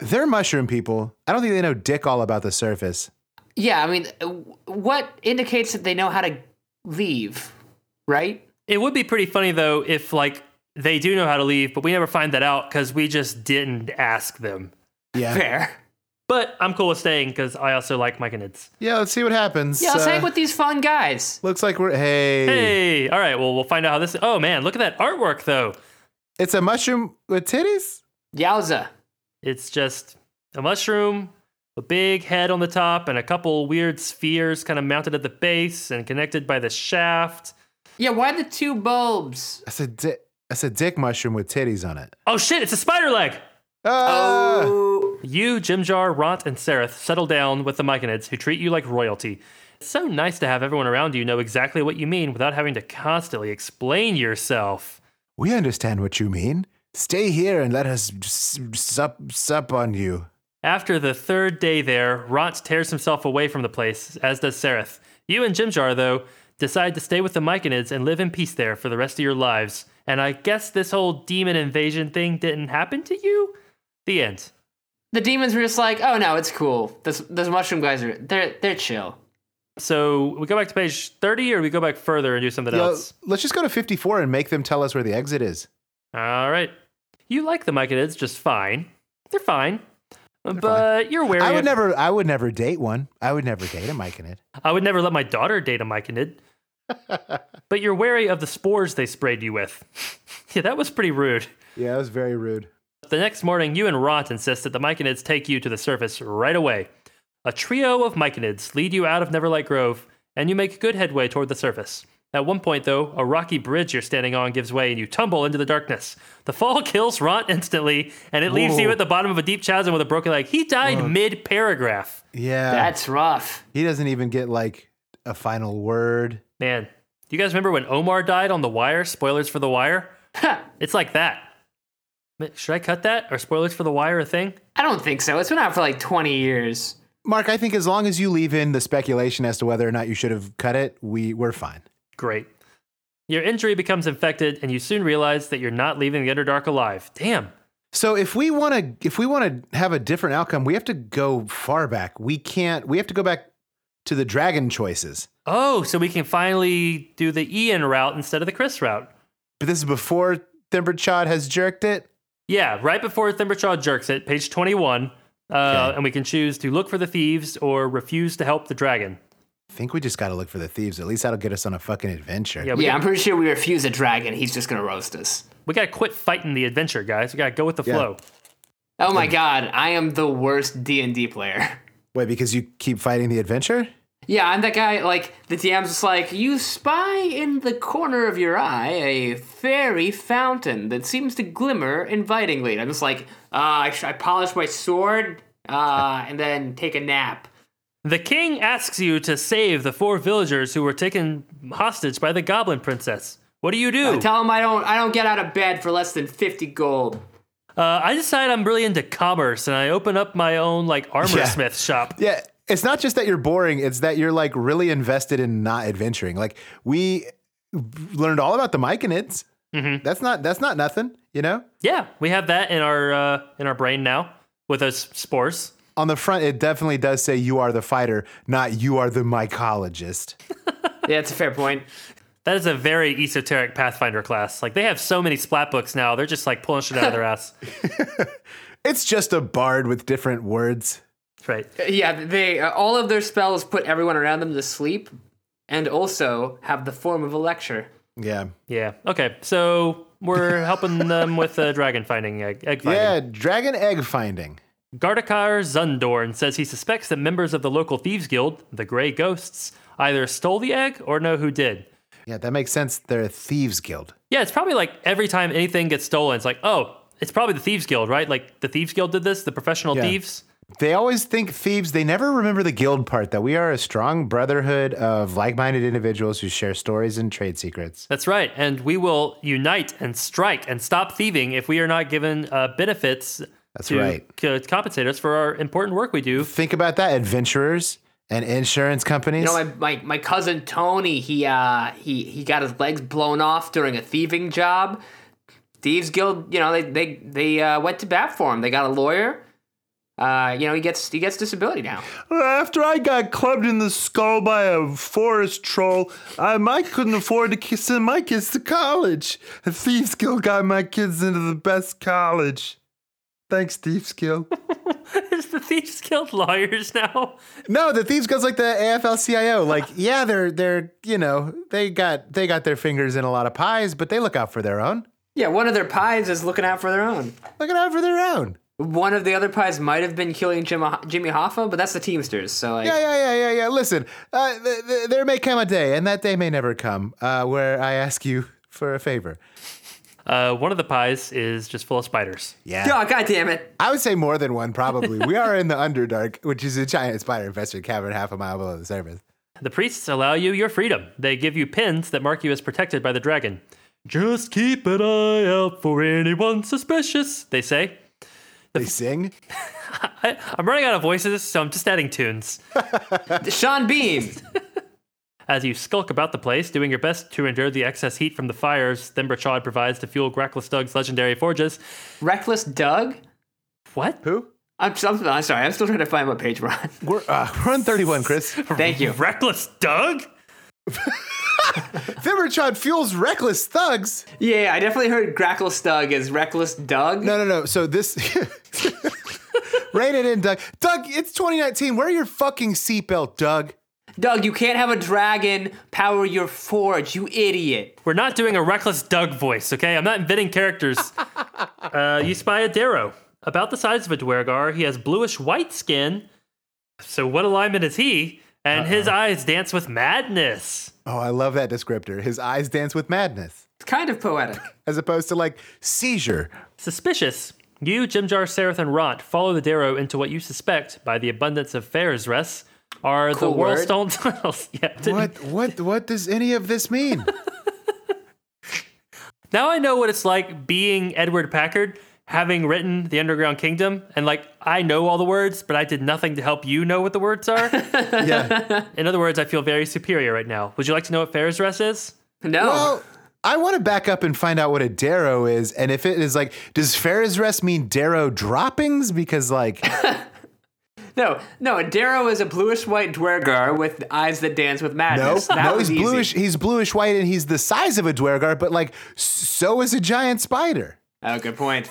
Speaker 2: they're mushroom people. I don't think they know dick all about the surface.
Speaker 4: Yeah, I mean, uh, what indicates that they know how to leave, right?
Speaker 3: It would be pretty funny, though, if, like, they do know how to leave, but we never find that out because we just didn't ask them. Uh,
Speaker 2: Yeah.
Speaker 4: Fair.
Speaker 3: But I'm cool with staying because I also like my canids.
Speaker 2: Yeah, let's see what happens.
Speaker 4: Yeah, let's
Speaker 2: Uh,
Speaker 4: hang with these fun guys.
Speaker 2: looks like we're hey.
Speaker 3: Hey, all right. Well, we'll find out how this. Oh, man, look at that artwork, though.
Speaker 2: It's a mushroom with titties?
Speaker 4: Yowza.
Speaker 3: It's just a mushroom, a big head on the top, and a couple weird spheres kind of mounted at the base and connected by the shaft.
Speaker 4: Yeah, why the two bulbs?
Speaker 2: That's a dick that's a dick mushroom with titties on it.
Speaker 3: Oh shit, it's a spider leg!
Speaker 2: Ah!
Speaker 4: Oh.
Speaker 3: You, Jimjar, Ront, and Sereth settle down with the Myconids, who treat you like royalty. It's so nice to have everyone around you know exactly what you mean without having to constantly explain yourself.
Speaker 2: We understand what you mean. Stay here and let us s- sup sup on you.
Speaker 3: After the third day there, Ront tears himself away from the place, as does Sereth. You and Jimjar, though, decide to stay with the Myconids and live in peace there for the rest of your lives. And I guess this whole demon invasion thing didn't happen to you? The end.
Speaker 4: The demons were just like, oh no, it's cool. Those, those mushroom guys are, they're, they're chill.
Speaker 3: So we go back to page 30 or we go back further and do something
Speaker 2: Yeah,
Speaker 3: else?
Speaker 2: let's just go to 54 and make them tell us where the exit is.
Speaker 3: All right. You like the Myconids just fine. They're fine. but you're wary.
Speaker 2: I would
Speaker 3: of-
Speaker 2: never I would never date one. I would never date a myconid.
Speaker 3: I would never let my daughter date a myconid. but you're wary of the spores they sprayed you with. [LAUGHS] yeah, that was pretty rude.
Speaker 2: Yeah, that was very rude.
Speaker 3: The next morning, you and Ront insist that the myconids take you to the surface right away. A trio of myconids lead you out of Neverlight Grove, and you make good headway toward the surface. At one point, though, a rocky bridge you're standing on gives way and you tumble into the darkness. The fall [LAUGHS] kills Ront instantly, and it leaves you at the bottom of a deep chasm with a broken leg. He died mid paragraph.
Speaker 2: Yeah.
Speaker 4: That's rough. [LAUGHS]
Speaker 2: he doesn't even get like a final word.
Speaker 3: Man, do you guys remember when Omar died on The Wire? Spoilers for The Wire? It's like that. Ma- Should I cut that? Are spoilers for The Wire a thing?
Speaker 4: I don't think so. It's been out for like 20 years.
Speaker 2: Mark, I think as long as you leave in the speculation as to whether or not you should have cut it, we we're fine.
Speaker 3: Great. Your injury becomes infected, and you soon realize that you're not leaving the Underdark alive. Damn.
Speaker 2: So if we want to if we want to have a different outcome, we have to go far back. We can't we have to go back to the dragon choices.
Speaker 3: Oh, so we can finally do the Ian route instead of the Chris route.
Speaker 2: But this is before Thimberchod has jerked it.
Speaker 3: Yeah, right before Thimberchaw jerks it, page 21. Uh, And we can choose to look for the thieves or refuse to help the dragon.
Speaker 2: I think we just got to look for the thieves. At least that'll get us on a fucking adventure.
Speaker 3: Yeah, we,
Speaker 4: Yeah,
Speaker 3: Gotta,
Speaker 4: I'm pretty sure we refuse a dragon. He's just gonna roast us.
Speaker 3: we gotta quit fighting the adventure, guys. We gotta go with the flow.
Speaker 4: Oh my god, I am the worst D&D player. [LAUGHS]
Speaker 2: Wait, because you keep fighting the adventure?
Speaker 4: Yeah, and that guy, like, the DM's just like, you spy in the corner of your eye a fairy fountain that seems to glimmer invitingly. And I'm just like, uh, I, sh- I polish my sword, uh, and then take a nap.
Speaker 3: The king asks you to save the four villagers who were taken hostage by the goblin princess. What do you do?
Speaker 4: I Uh, tell him I don't, I don't get out of bed for less than 50 gold.
Speaker 3: Uh, I decide I'm really into commerce and I open up my own like armor
Speaker 2: Yeah.
Speaker 3: smith shop.
Speaker 2: Yeah. It's not just that you're boring, it's that you're like really invested in not adventuring. Like we learned all about the Myconids. That's not that's not nothing, you know?
Speaker 3: Yeah, we have that in our uh, in our brain now with those spores.
Speaker 2: On the front, it definitely does say you are the fighter, not you are the mycologist.
Speaker 4: Yeah, that's a fair point.
Speaker 3: That is a very esoteric Pathfinder class. Like they have so many splat books now, they're just like pulling shit out of their ass.
Speaker 2: It's just a bard with different words.
Speaker 3: That's right.
Speaker 4: Yeah, they uh, all of their spells put everyone around them to sleep, and also have the form of a lecture.
Speaker 2: Yeah.
Speaker 3: Yeah. Okay. So we're helping them with uh, dragon finding egg, egg finding.
Speaker 2: Yeah, dragon egg finding.
Speaker 3: Gardakar Zundorn says he suspects that members of the local thieves guild, the Grey Ghosts, either stole the egg or know who did.
Speaker 2: Yeah, that makes sense. They're a thieves guild.
Speaker 3: Yeah, it's probably like every time anything gets stolen, it's like, oh, it's probably the thieves guild, right? Like the thieves guild did this, the professional
Speaker 2: Yeah.
Speaker 3: thieves.
Speaker 2: They always think thieves, they never remember the guild part that we are a strong brotherhood of like minded individuals who share stories and trade secrets.
Speaker 3: That's right. And we will unite and strike and stop thieving if we are not given uh, benefits
Speaker 2: That's
Speaker 3: to
Speaker 2: right.
Speaker 3: c- compensate us for our important work we do. [LAUGHS]
Speaker 2: Think about that, adventurers and insurance companies.
Speaker 4: You know, my, my, my cousin Tony, he uh he he got his legs blown off during a thieving job. Thieves Guild, you know, they they they uh, went to bat for him. They got a lawyer. Uh, you know, he gets he gets disability now.
Speaker 6: After I got clubbed in the skull by a forest troll, um, I couldn't afford to ki- send my kids to college. And Thieves Guild got my kids into the best college. Thanks, Thieves Guild.
Speaker 3: Is the thieves guild lawyers now?
Speaker 2: [LAUGHS] no, the thieves guild's like the AFL CIO.
Speaker 6: [LAUGHS]
Speaker 2: Like, yeah, they're they're you know, they got they got their fingers in a lot of pies, but they look out for their own.
Speaker 4: Yeah, one of their pies is looking out for their own.
Speaker 2: Looking out for their own.
Speaker 4: One of the other pies might have been killing Jim, Jimmy Hoffa, but that's the Teamsters. So like,
Speaker 2: Yeah, yeah, yeah, yeah, yeah. Listen, uh, th- th- there may come a day, and that day may never come, uh, where I ask you for a favor.
Speaker 3: Uh, one of the pies is just full of spiders.
Speaker 2: Yeah.
Speaker 4: yeah. God damn it.
Speaker 2: I would say more than one, probably. we are in the Underdark, which is a giant spider infested cavern half a mile below the surface.
Speaker 3: The priests allow you your freedom. They give you pins that mark you as protected by the dragon. Just keep an eye out for anyone suspicious, they say.
Speaker 2: They sing.
Speaker 3: I, I'm running out of voices, so I'm just adding tunes.
Speaker 4: Sean Bean.
Speaker 3: As you skulk about the place, doing your best to endure the excess heat from the fires Thimberchod provides to fuel Reckless Doug's legendary forges.
Speaker 4: Reckless Doug?
Speaker 3: What?
Speaker 2: Who?
Speaker 4: I'm, I'm, I'm sorry, I'm still trying to find what page
Speaker 2: [LAUGHS]
Speaker 4: we're on.
Speaker 2: We're, uh, we're on 31, Chris.
Speaker 4: Thank you.
Speaker 3: Reckless Doug?
Speaker 2: Vimmerchon fuels reckless thugs.
Speaker 4: Yeah, I definitely heard Grackle Stug as Reckless Doug.
Speaker 2: No, no, no. So this. [LAUGHS] Rein it in, Doug. Doug, it's 2019. Wear your fucking seatbelt, Doug.
Speaker 4: Doug, you can't have a dragon power your forge, you idiot.
Speaker 3: We're not doing a Reckless Doug voice, okay? I'm not inventing
Speaker 4: [LAUGHS]
Speaker 3: characters. uh, you spy a Darrow. About the size of a Dwergar, he has bluish white skin. So, what alignment is he? And his eyes dance with madness.
Speaker 2: Oh, I love that descriptor. His eyes dance with madness,
Speaker 4: It's kind of poetic.
Speaker 2: as opposed to like [LAUGHS] seizure.
Speaker 3: Suspicious. You, Jimjar, Sereth, and Rot follow the Darrow into what you suspect, by the abundance of Fair's Rest, are
Speaker 4: Cool
Speaker 3: the
Speaker 4: word.
Speaker 3: Whirlstone [LAUGHS] Tunnels. yeah, didn't-
Speaker 2: What? What? What does any of this mean? [LAUGHS]
Speaker 3: Now I know what it's like being Edward Packard, having written The Underground Kingdom, and like I know all the words, but I did nothing to help you know what the words are.
Speaker 2: yeah.
Speaker 3: In other words, I feel very superior right now. Would you like to know what Fair's Rest is?
Speaker 4: No.
Speaker 2: Well, I want to back up and find out what a darrow is, and if it is like, does Farrah's rest mean darrow droppings? Because
Speaker 4: [LAUGHS]
Speaker 2: like,
Speaker 4: no, no, Darrow is a bluish white Dwergar with eyes that dance with
Speaker 2: no,
Speaker 4: madness. that
Speaker 2: no,
Speaker 4: was
Speaker 2: he's
Speaker 4: easy.
Speaker 2: bluish. He's bluish white, and he's the size of a dwergar, but like, so is a giant spider.
Speaker 4: Oh, good point.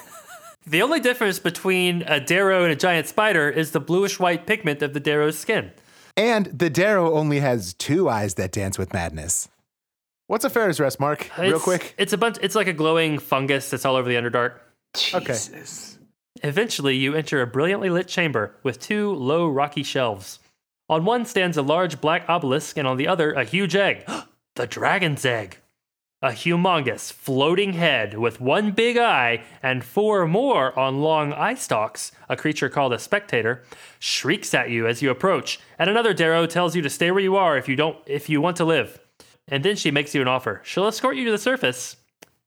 Speaker 3: The only difference between a Darrow and a giant spider is the bluish white pigment of the Darrow's skin.
Speaker 2: And the darrow only has two eyes that dance with madness. What's a Farrah's rest, Mark? Real
Speaker 3: It's-
Speaker 2: quick.
Speaker 3: It's a bunch it's like a glowing fungus that's all over the underdark.
Speaker 4: Jesus.
Speaker 3: Eventually, you enter a brilliantly lit chamber with two low rocky shelves. On one stands a large black obelisk, and on the other, a huge egg. [GASPS] the dragon's egg. A humongous floating head with one big eye and four more on long eye stalks, a creature called a spectator, shrieks at you as you approach, and another Darrow tells you to stay where you are if you don't if you want to live. And then she makes you an offer. She'll escort you to the surface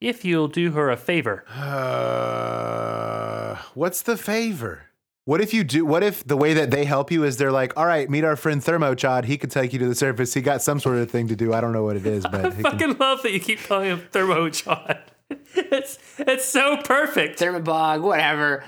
Speaker 3: if you'll do her a favor.
Speaker 2: Uh, what's the favor? What if you do? What if the way that they help you is they're like, "All right, meet our friend Thermochod. He can take you to the surface. He got some sort of thing to do. I don't know what it is, but he can-
Speaker 3: fucking love that you keep calling him Thermochod. [LAUGHS] it's it's so perfect.
Speaker 4: Thermobog, whatever.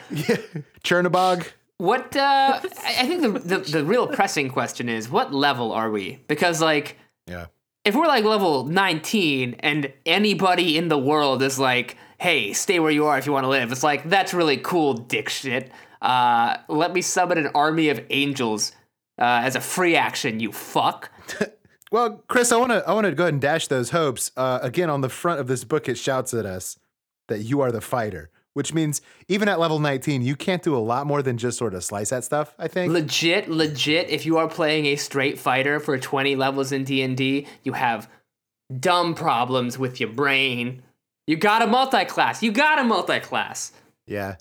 Speaker 2: Chernobog."
Speaker 4: What uh, I I think the, the the real pressing question is what level are we? Because like
Speaker 2: Yeah.
Speaker 4: if we're like level 19 and anybody in the world is like, hey, stay where you are if you want to live, it's like, that's really cool, dick shit. Uh, let me summon an army of angels uh, as a free action, you fuck.
Speaker 2: Well, Chris, I want to I want to go ahead and dash those hopes. Uh, again, on the front of this book, it shouts at us that you are the fighter, which means even at level 19, you can't do a lot more than just sort of slice at stuff. I think.
Speaker 4: Legit, legit, if you are playing a straight fighter for 20 levels in D&D, you have dumb problems with your brain. You gotta multi-class. You gotta multi-class.
Speaker 2: yeah.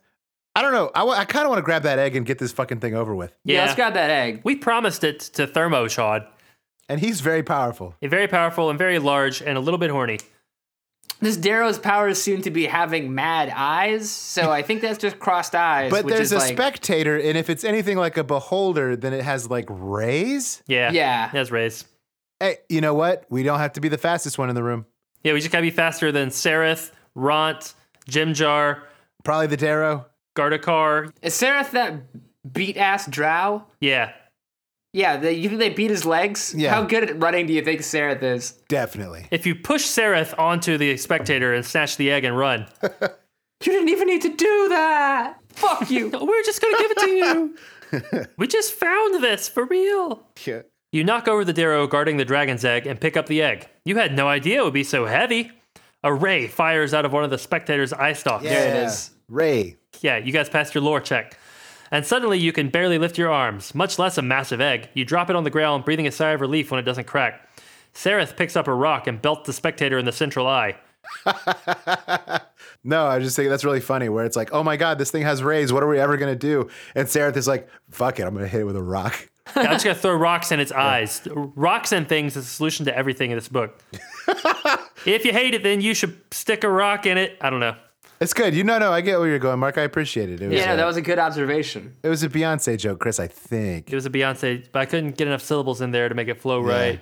Speaker 2: I don't know. I kind of want to grab that egg and get this fucking thing over with.
Speaker 4: Yeah, let's grab that egg.
Speaker 3: We promised it to Thermochod.
Speaker 2: And he's very powerful.
Speaker 3: Very powerful and very large and a little bit horny.
Speaker 4: This Darrow's powers seem to be having mad eyes, so I think that's just crossed eyes.
Speaker 2: But
Speaker 4: which
Speaker 2: there's
Speaker 4: is
Speaker 2: a
Speaker 4: like,
Speaker 2: spectator, and if it's anything like a beholder, then it has like rays.
Speaker 3: Yeah.
Speaker 4: Yeah.
Speaker 3: That's raised.
Speaker 2: Hey, you know what? We don't have to be the fastest one in the room.
Speaker 3: Yeah, we just gotta be faster than Sereth, Ront, Jimjar,
Speaker 2: Probably the Darrow.
Speaker 3: Gardevoir.
Speaker 4: Is Seraph that beat ass drow?
Speaker 3: Yeah.
Speaker 4: Yeah, they, you think they beat his legs?
Speaker 2: Yeah.
Speaker 4: How good at running do you think Seraph is?
Speaker 2: Definitely.
Speaker 4: [LAUGHS]
Speaker 3: If you push Sereth onto the spectator and snatch the egg and run,
Speaker 4: You didn't even need to do that! Fuck you!
Speaker 2: [LAUGHS]
Speaker 3: we are just gonna give it to you. we just found this for real.
Speaker 2: Yeah.
Speaker 3: You knock over the Darrow guarding the dragon's egg and pick up the egg. You had no idea it would be so heavy. A ray fires out of one of the spectator's eye stalks.
Speaker 4: There it is.
Speaker 2: Ray.
Speaker 3: Yeah, you guys passed your lore check. And suddenly you can barely lift your arms, much less a massive egg. You drop it on the ground, breathing a sigh of relief when it doesn't crack. Sereth picks up a rock and belts the spectator in the central eye.
Speaker 4: [LAUGHS]
Speaker 2: No, I was just thinking that's really funny where it's like, oh my God, this thing has rays. What are we ever going to do? And Sereth is like, fuck it. I'm going to hit it with a rock.
Speaker 3: I'm just going to throw rocks in its eyes. Rocks and things is the solution to everything in this
Speaker 4: [LAUGHS]
Speaker 3: book. if you hate it, then you should stick a rock in it. I don't know.
Speaker 2: It's good. You know, no, I get where you're going, Mark. I appreciate it. It was,
Speaker 4: Yeah,
Speaker 2: a,
Speaker 4: no, that was a good observation.
Speaker 2: it was a Beyonce joke, Chris, I think.
Speaker 3: It was a Beyonce, but I couldn't get enough syllables in there to make it flow right.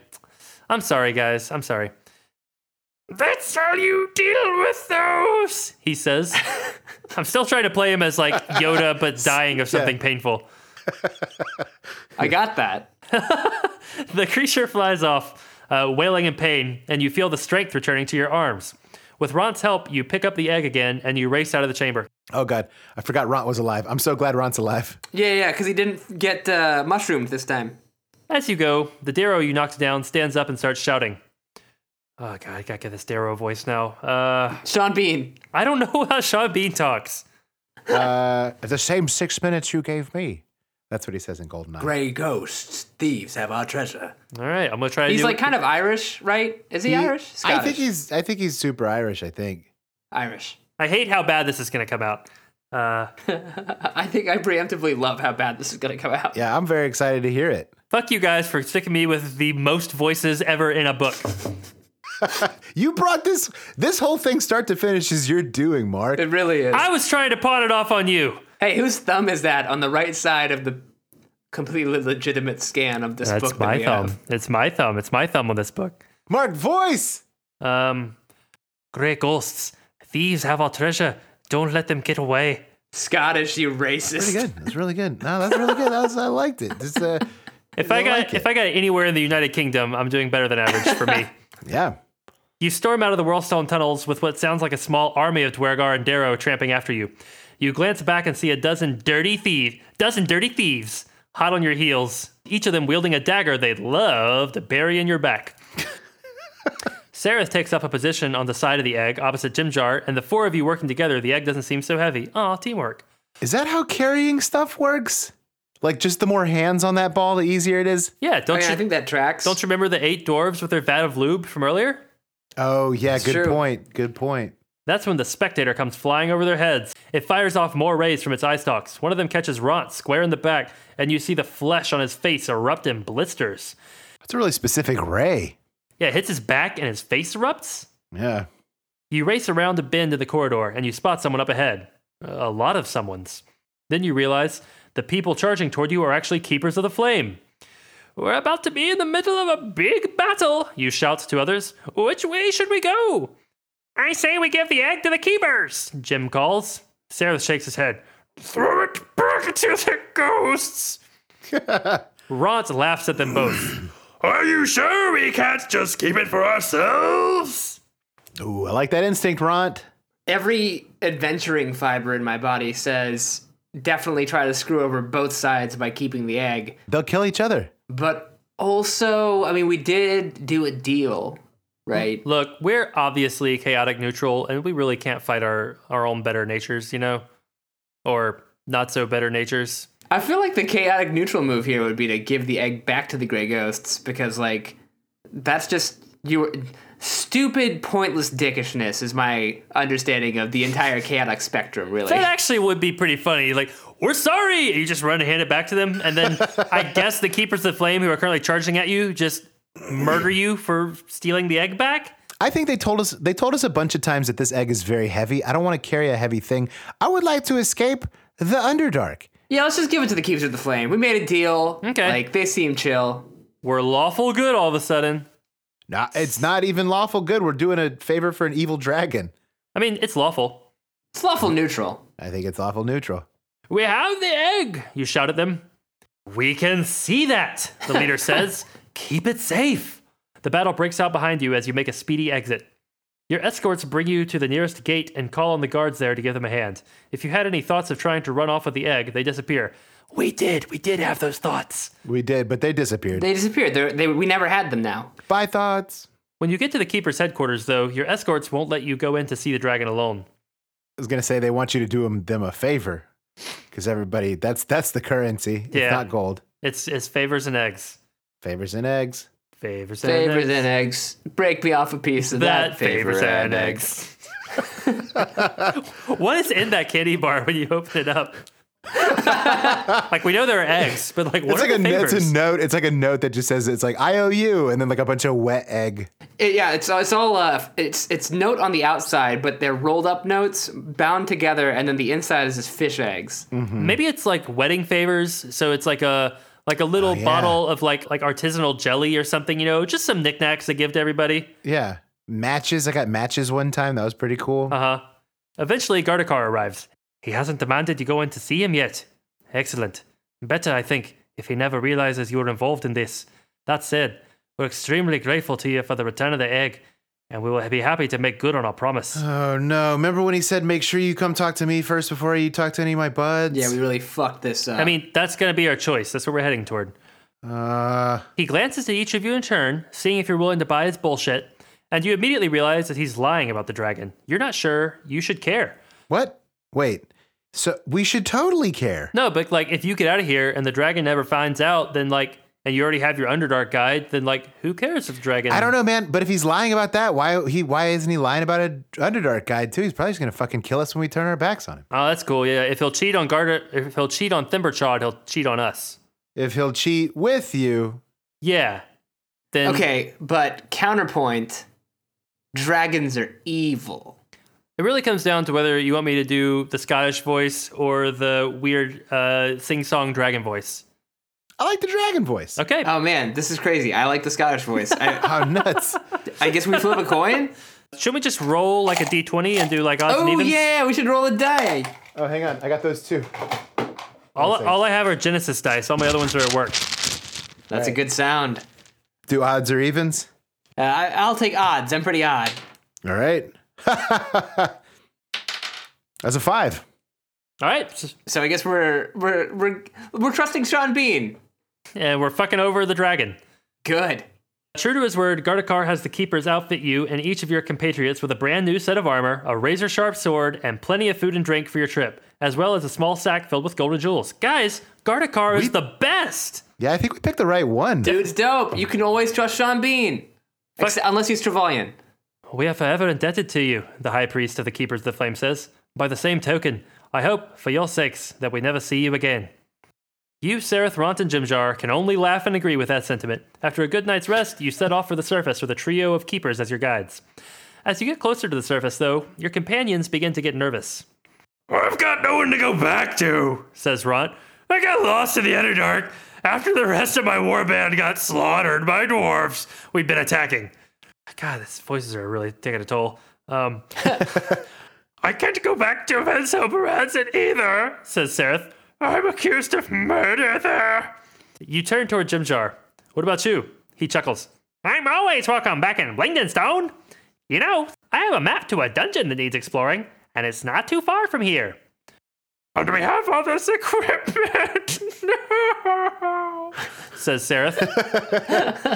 Speaker 3: I'm sorry, guys. I'm sorry. That's how you deal with those, he says. I'm still trying to play him as like Yoda, but dying of something painful.
Speaker 4: I got that.
Speaker 3: The creature flies off, uh, wailing in pain, and you feel the strength returning to your arms. With Ron's help, you pick up the egg again and you race out of the chamber.
Speaker 2: Oh God. I forgot Ront was alive. I'm so glad Ront's alive.
Speaker 4: Yeah, yeah, because he didn't get uh, mushroomed this time.
Speaker 3: As you go, the Darrow you knocked down stands up and starts shouting. Oh, God, I gotta get this Darrow voice now. Uh,
Speaker 4: Sean Bean.
Speaker 3: I don't know [LAUGHS] how Sean Bean talks.
Speaker 2: [LAUGHS] Uh, the same six minutes you gave me. That's what he says in Goldeneye.
Speaker 4: Grey ghosts, thieves have our treasure.
Speaker 3: All right, I'm gonna try to
Speaker 4: He's
Speaker 3: do
Speaker 4: like kind of Irish, right? Is he,
Speaker 2: He-
Speaker 4: Irish? Scottish.
Speaker 2: I think he's I think he's super Irish, I think.
Speaker 4: Irish.
Speaker 3: I hate how bad this is gonna come out. Uh,
Speaker 4: I think I preemptively love how bad this is going to come out.
Speaker 2: Yeah, I'm very excited to hear it.
Speaker 3: fuck you guys for sticking me with the most voices ever in a book.
Speaker 2: You brought this this whole thing start to finish is you're doing, Mark.
Speaker 4: It really
Speaker 2: Ah!
Speaker 4: is.
Speaker 3: I was trying to pawn it off on you.
Speaker 4: Hey, whose thumb is that on the right side of the completely legitimate scan of this book?
Speaker 3: That's
Speaker 4: that
Speaker 3: my
Speaker 4: we
Speaker 3: thumb.
Speaker 4: have?
Speaker 3: It's my thumb. It's my thumb on this book.
Speaker 2: Mark, voice!
Speaker 3: Um, grey ghosts, thieves have our treasure. Don't let them get away.
Speaker 4: Scottish, you racist.
Speaker 2: Pretty good. That's really good. No, that's really good. That was, I liked it. Just, uh,
Speaker 3: If I, got
Speaker 2: like
Speaker 3: if
Speaker 2: it.
Speaker 3: I got anywhere in the United Kingdom, I'm doing better than average for [LAUGHS] me.
Speaker 2: yeah.
Speaker 3: You storm out of the Whirlstone tunnels with what sounds like a small army of Dwergar and Darrow tramping after you. You glance back and see a dozen dirty thieves, dozen dirty thieves, hot on your heels, each of them wielding a dagger they'd love to bury in your
Speaker 4: [LAUGHS]
Speaker 3: back. Sereth takes up a position on the side of the egg opposite Jimjar, and the four of you working together, the egg doesn't seem so heavy. Aw, teamwork.
Speaker 2: Is that how carrying stuff works? Like just the more hands on that ball, the easier it is.
Speaker 3: Yeah, don't
Speaker 4: Oh, I, mean,
Speaker 3: you
Speaker 4: I think that tracks.
Speaker 3: don't you remember the eight dwarves with their vat of lube from earlier?
Speaker 2: Oh yeah, good
Speaker 4: true.
Speaker 2: point. Good point.
Speaker 3: That's when the spectator comes flying over their heads. It fires off more rays from its eye stalks. One of them catches Ront square in the back, and you see the flesh on his face erupt in blisters.
Speaker 2: That's a really specific ray.
Speaker 3: Yeah, it hits his back and his face erupts.
Speaker 2: Yeah.
Speaker 3: You race around a bend in the corridor and you spot someone up ahead. A lot of someone's. Then you realize the people charging toward you are actually keepers of the flame. We're about to be in the middle of a big battle, you shout to others. Which way should we go?
Speaker 5: I say we give the egg to the keepers.
Speaker 3: Jim calls. Sarah shakes his head.
Speaker 5: Throw it back to the [LAUGHS] ghosts.
Speaker 3: Ront laughs at them both.
Speaker 5: Are you sure we can't just keep it for ourselves?
Speaker 2: Ooh, I like that instinct, Ront.
Speaker 4: Every adventuring fiber in my body says definitely try to screw over both sides by keeping the egg.
Speaker 2: They'll kill each other.
Speaker 4: But also, I mean, we did do a deal, right?
Speaker 3: Look, we're obviously chaotic neutral, and we really can't fight our, our own better natures, you know? Or not so better natures.
Speaker 4: I feel like the chaotic neutral move here would be to give the egg back to the gray ghosts because, like, that's just your stupid, pointless dickishness is my understanding of the entire chaotic spectrum. Really,
Speaker 3: That actually would be pretty funny. Like, we're sorry. You just run and hand it back to them. And then I guess the Keepers of the Flame, who are currently charging at you, just murder you for stealing the egg back.
Speaker 2: I think they told us they told us a bunch of times that this egg is very heavy. I don't want to carry a heavy thing. I would like to escape the Underdark.
Speaker 4: yeah. Let's just give it to the keepers of the flame. We made a deal.
Speaker 3: Okay.
Speaker 4: like they seem chill.
Speaker 3: We're lawful good all of a sudden.
Speaker 2: Nah, it's not even lawful good. We're doing a favor for an evil dragon.
Speaker 3: I mean, it's lawful.
Speaker 4: It's lawful neutral.
Speaker 2: I think it's lawful neutral.
Speaker 3: We have the egg, you shout at them. We can see that, the
Speaker 4: [LAUGHS]
Speaker 3: leader says. Keep it safe. The battle breaks out behind you as you make a speedy exit. Your escorts bring you to the nearest gate and call on the guards there to give them a hand. If you had any thoughts of trying to run off with the egg, they disappear. We did. We did have those thoughts.
Speaker 2: We did, but they disappeared.
Speaker 4: They disappeared. They're, they we never had them now.
Speaker 2: Bye thoughts.
Speaker 3: When you get to the keeper's headquarters, though, your escorts won't let you go in to see the dragon alone.
Speaker 2: I was gonna say they want you to do 'em- them a favor because everybody that's that's the currency.
Speaker 3: Yeah.
Speaker 2: It's not gold.
Speaker 3: It's, it's favors and eggs.
Speaker 2: Favors and eggs.
Speaker 3: Favors and
Speaker 4: Favors
Speaker 3: eggs.
Speaker 4: and eggs. Break me off a piece of that.
Speaker 3: that favors and eggs. [LAUGHS] what is in that candy bar when you open it up? [LAUGHS] like we know there are eggs, but like what
Speaker 2: It's
Speaker 3: are
Speaker 2: like a
Speaker 3: the
Speaker 2: no-
Speaker 3: favors?
Speaker 2: it's a note. It's like a note that just says it's like I owe you, and then like a bunch of wet egg.
Speaker 4: It- yeah, it's it's all uh, it's it's note on the outside, but they're rolled up notes bound together, and then the inside is just fish eggs.
Speaker 3: Maybe it's like wedding favors, so it's like a like a little
Speaker 2: Oh, yeah.
Speaker 3: bottle of like like artisanal jelly or something, you know, just some knickknacks they give to everybody.
Speaker 2: Yeah, matches. I got matches one time. That was pretty cool.
Speaker 3: Uh huh. Eventually, Gardecar arrives. He hasn't demanded you go in to see him yet. Excellent. Better, I think, if he never realizes you were involved in this. That said, we're extremely grateful to you for the return of the egg, and we will be happy to make good on our promise.
Speaker 2: oh no! Remember when he said, "Make sure you come talk to me first before you talk to any of my buds."
Speaker 4: Yeah, we really fucked this up.
Speaker 3: I mean, that's going to be our choice. That's what we're heading toward.
Speaker 2: uh,
Speaker 3: He glances at each of you in turn, seeing if you're willing to buy his bullshit, and you immediately realize that he's lying about the dragon. You're not sure. You should care.
Speaker 2: what? Wait. So we should totally care.
Speaker 3: No, but like if you get out of here and the dragon never finds out, then like and you already have your underdark guide, then like who cares if the dragon
Speaker 2: I don't know, man. But if he's lying about that, why he? Why isn't he lying about an Underdark guide too? He's probably just gonna fucking kill us when we turn our backs on him.
Speaker 3: Oh, that's cool. Yeah. If he'll cheat on Garter if he'll cheat on Thimberchod, he'll cheat on us.
Speaker 2: If he'll cheat with you,
Speaker 3: Yeah. Then
Speaker 4: okay, but counterpoint: dragons are evil.
Speaker 3: it really comes down to whether you want me to do the Scottish voice or the weird uh sing song dragon voice.
Speaker 2: I like the dragon voice.
Speaker 3: Okay.
Speaker 4: Oh man, this is crazy. I like the Scottish voice. I,
Speaker 2: How nuts!
Speaker 4: I guess we flip a
Speaker 3: [LAUGHS]
Speaker 4: coin.
Speaker 3: Should we just roll like a D twenty and do like odds and
Speaker 4: Oh
Speaker 3: evens?
Speaker 4: yeah, we should roll a die.
Speaker 2: [LAUGHS] oh, hang on, I got those too.
Speaker 3: All, all I have are Genesis dice. All my other ones are at work.
Speaker 4: That's a good sound.
Speaker 2: Do odds or evens?
Speaker 4: Uh, I, I'll take odds. I'm pretty odd.
Speaker 2: All right. [LAUGHS] That's a five.
Speaker 3: All right. s-
Speaker 4: So I guess we're we're we're we're trusting Sean Bean.
Speaker 3: And we're fucking over the dragon.
Speaker 4: Good.
Speaker 3: True to his word, Gardecar has the keepers outfit you and each of your compatriots with a brand new set of armor, a razor sharp sword, and plenty of food and drink for your trip. as well as a small sack filled with golden jewels. Guys, Gardevoir is the best.
Speaker 2: Yeah, I think we picked the right one.
Speaker 4: Dude's dope. You can always trust Sean Bean. Except, unless he's Trevelyan.
Speaker 3: We are forever indebted to you, the High Priest of the Keepers of the Flame says. By the same token, I hope, for your sakes, that we never see you again. You, Sereth Ront, and Jimjar can only laugh and agree with that sentiment. After a good night's rest, you set off for the surface with a trio of keepers as your guides. As you get closer to the surface, though, your companions begin to get nervous.
Speaker 5: I've got no one to go back to,
Speaker 3: Says Ront,
Speaker 5: I got lost in the Underdark after the rest of my warband got slaughtered by dwarves we've been attacking.
Speaker 3: God, these voices are really taking a toll. Um,
Speaker 5: I can't go back to Van Soberanzan either,
Speaker 3: says Sereth.
Speaker 5: I'm accused of murder there.
Speaker 3: You turn toward Jimjar. What about you? He chuckles.
Speaker 5: I'm always welcome back in Blingdenstone. You know, I have a map to a dungeon that needs exploring, and it's not too far from here. And do we have all this equipment? [LAUGHS] no.
Speaker 3: Says Sereth.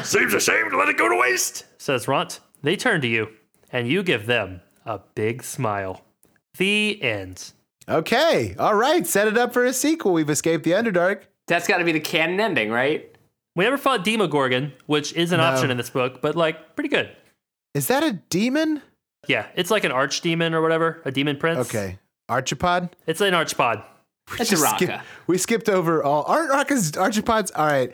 Speaker 5: Seems a shame to let it go to waste.
Speaker 3: says Runt. They turn to you, and you give them a big smile. The end.
Speaker 2: Okay, all right, set it up for a sequel. We've escaped the Underdark.
Speaker 4: That's got to be the canon ending, right?
Speaker 3: We never fought Demogorgon, which is an option in this book, but like pretty good.
Speaker 2: Is that a demon?
Speaker 3: Yeah, it's like an archdemon or whatever, a demon prince.
Speaker 2: Okay, Archipod.
Speaker 3: It's an archpod.
Speaker 4: That's a
Speaker 2: Just skip-
Speaker 4: Raka.
Speaker 2: we skipped over all Art Raka's Archipods. All right,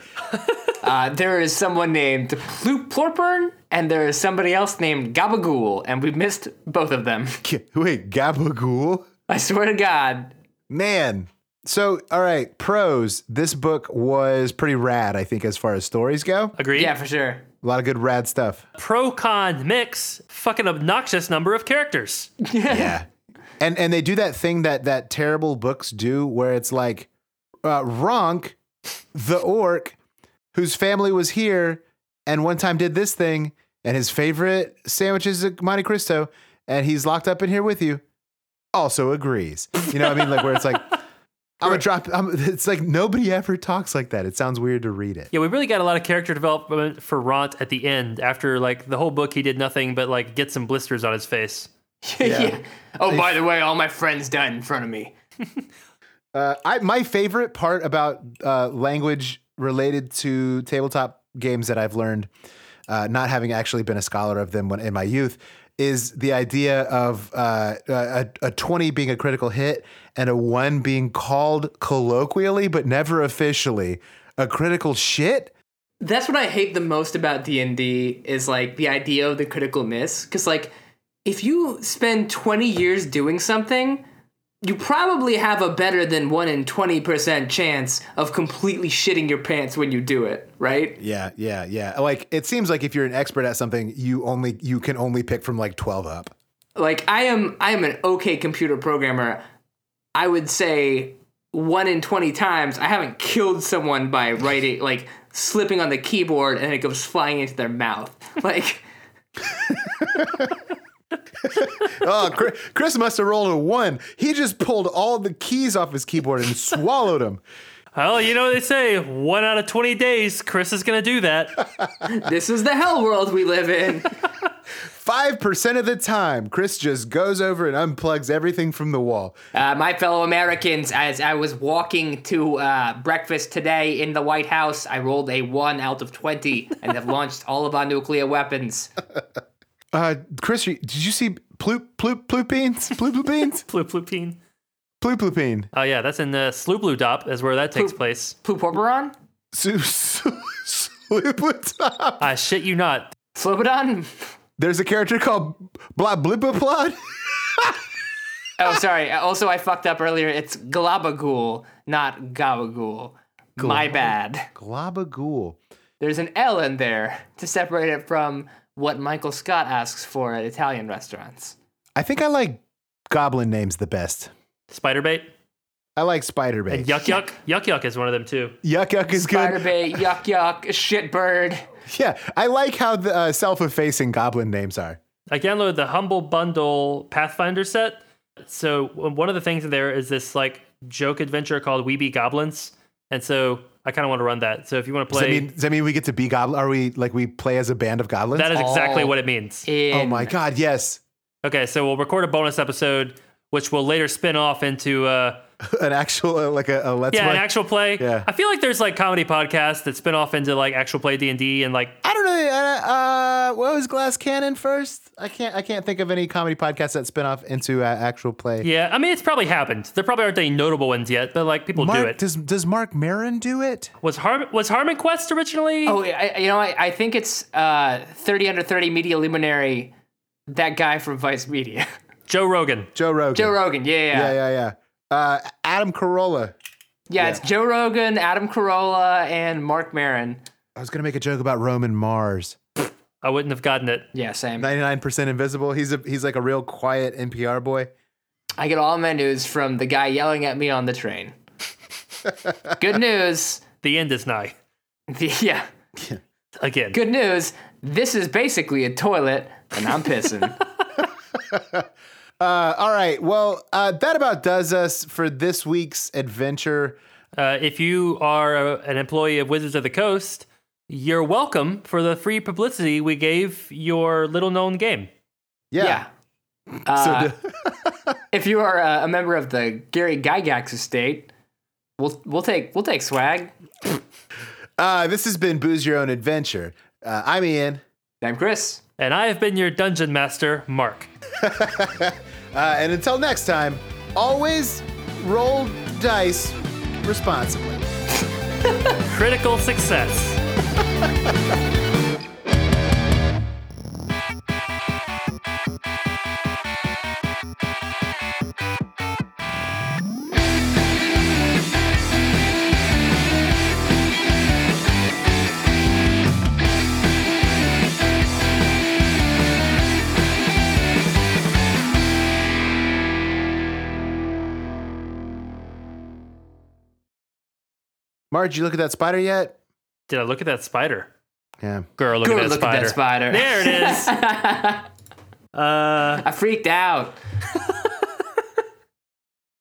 Speaker 4: Uh, there is someone named Plu- Plorpern, and there is somebody else named Gabagool, and we missed both of them. [LAUGHS]
Speaker 2: wait, Gabagool.
Speaker 4: I swear to God.
Speaker 2: Man. So, all right, pros. This book was pretty rad, I think, as far as stories go.
Speaker 3: Agreed?
Speaker 4: Yeah, for sure. [LAUGHS]
Speaker 2: A lot of good rad stuff.
Speaker 3: Pro con mix, fucking obnoxious number of characters.
Speaker 2: Yeah. And and they do that thing that that terrible books do where it's like uh, Ronk, the orc, whose family was here and one time did this thing, and his favorite sandwich is a Monte Cristo, and he's locked up in here with you, also agrees. You know what I mean? Like where it's like, I'm gonna drop. I'm, it's like nobody ever talks like that. It sounds weird to read it.
Speaker 3: Yeah, we really got a lot of character development for Ront at the end. After like the whole book, he did nothing but like get some blisters on his face.
Speaker 4: yeah. Oh, by the way, all my friends died in front of me.
Speaker 2: Uh, I my favorite part about uh, language related to tabletop games that I've learned, uh, not having actually been a scholar of them when, in my youth, is the idea of uh, a, a twenty being a critical hit and a one being called colloquially but never officially a critical shit.
Speaker 4: That's what I hate the most about D&D is like the idea of the critical miss cuz like if you spend 20 years doing something you probably have a better than 1 in 20% chance of completely shitting your pants when you do it, right?
Speaker 2: Yeah, yeah, yeah. Like it seems like if you're an expert at something, you only you can only pick from like twelve up.
Speaker 4: Like I am I am an okay computer programmer. I would say 1 in 20 times I haven't killed someone by writing like slipping on the keyboard and it goes flying into their mouth. [LAUGHS] Like
Speaker 2: Oh, Chris, Chris must have rolled a one. He just pulled all the keys off his keyboard and swallowed them.
Speaker 3: Well, Oh, you know what they say one out of 20 days, Chris is going to do that.
Speaker 4: this is the hell world we live in.
Speaker 2: Five percent of the time, Chris just goes over and unplugs everything from the wall.
Speaker 4: Uh, my fellow Americans, as I was walking to uh, breakfast today in the White House, I rolled a 1 out of 20 and have launched all of our nuclear weapons.
Speaker 2: Uh, Chris, you- did you see ploop ploop ploop beans? Ploop ploop
Speaker 3: [LAUGHS]
Speaker 2: beans?
Speaker 3: Bloop, bloop, peen.
Speaker 2: Ploop ploop bean.
Speaker 3: Oh, yeah, that's in the Sloop Blue Dop, is where that takes
Speaker 4: Bloop.
Speaker 3: place.
Speaker 4: Pluporberon?
Speaker 2: Su- su- sloop bloop top.
Speaker 3: I shit you not.
Speaker 4: Flobodon?
Speaker 2: There's a character called Blah Blippa Plot.
Speaker 4: [LAUGHS] Oh, sorry. Also, I fucked up earlier. It's Glabagool, not Gabagool. My bad.
Speaker 2: Globagool.
Speaker 4: There's an L in there to separate it from what Michael Scott asks for at Italian restaurants.
Speaker 2: I think I like goblin names the best.
Speaker 3: Spider Bait.
Speaker 2: I like Spider Bait.
Speaker 3: And Yuck Yuck. Yuck Yuck is one of them, too.
Speaker 2: Yuck Yuck is good.
Speaker 4: Spider bait, yuck yuck, shitbird.
Speaker 2: Yeah, I like how the uh, self-effacing goblin names are.
Speaker 3: I downloaded the Humble Bundle Pathfinder set. So w- one of the things in there is this like joke adventure called We Be Goblins, and so I kind of want to run that. So if you want to
Speaker 2: Does that,
Speaker 3: play,
Speaker 2: mean, does that mean we get to be goblin? Are we like we play as a band of goblins?
Speaker 3: that is exactly
Speaker 4: Oh.
Speaker 3: what it means.
Speaker 2: oh my god, yes. [LAUGHS]
Speaker 3: Okay, so we'll record a bonus episode which will later spin off into uh,
Speaker 2: an actual uh, like a, a let's
Speaker 3: yeah
Speaker 2: play.
Speaker 3: an actual play.
Speaker 2: Yeah.
Speaker 3: I feel like there's like comedy podcasts that spin off into like actual play D and D and like
Speaker 2: I don't know. Uh, uh, what was Glass Cannon first? I can't. I can't think of any comedy podcasts that spin off into uh, actual play.
Speaker 3: yeah. I mean, it's probably happened. There probably aren't any notable ones yet, but like people
Speaker 2: Mark,
Speaker 3: do it.
Speaker 2: Does Does Mark Maron do it?
Speaker 3: was Harm was Harmon Quest originally?
Speaker 4: Oh, I, I- you know, I, I think it's uh, 30 under 30 media luminary, that guy from Vice Media. [LAUGHS]
Speaker 3: Joe Rogan.
Speaker 2: Joe Rogan.
Speaker 4: Joe Rogan, yeah, yeah.
Speaker 2: Yeah,
Speaker 4: yeah.
Speaker 2: yeah, yeah. Uh, Adam Carolla.
Speaker 4: it's Joe Rogan, Adam Carolla, and Mark Marin.
Speaker 2: I was gonna make a joke about Roman Mars.
Speaker 3: I wouldn't have gotten it.
Speaker 4: Yeah, same.
Speaker 2: Ninety nine percent invisible. He's a he's like a real quiet NPR boy.
Speaker 4: I get all my news from the guy yelling at me on the [LAUGHS] train. Good news. [LAUGHS]
Speaker 3: The end is nigh.
Speaker 4: The- yeah.
Speaker 3: Again.
Speaker 4: Good news. This is basically a toilet, and I'm pissing.
Speaker 2: Uh, all right. Well, uh, that about does us for this week's adventure.
Speaker 3: Uh, if you are a, an employee of Wizards of the Coast, you're welcome for the free publicity we gave your little known game.
Speaker 2: Yeah.
Speaker 4: [LAUGHS] yeah. Uh, [LAUGHS] if you are uh, a member of the Gary Gygax estate, we'll we'll take we'll take swag.
Speaker 2: Uh, this has been Booze Your Own Adventure. Uh, I'm Ian.
Speaker 4: I'm Chris.
Speaker 3: And I have been your dungeon master, Mark.
Speaker 2: Uh, and until next time, always roll dice responsibly.
Speaker 3: Critical success.
Speaker 2: Marge, you look at that spider yet?
Speaker 3: Did I look at that spider?
Speaker 2: Yeah.
Speaker 3: Girl, look,
Speaker 4: Girl,
Speaker 3: at, that
Speaker 4: look
Speaker 3: spider.
Speaker 4: at that spider.
Speaker 3: There it is.
Speaker 4: I freaked out.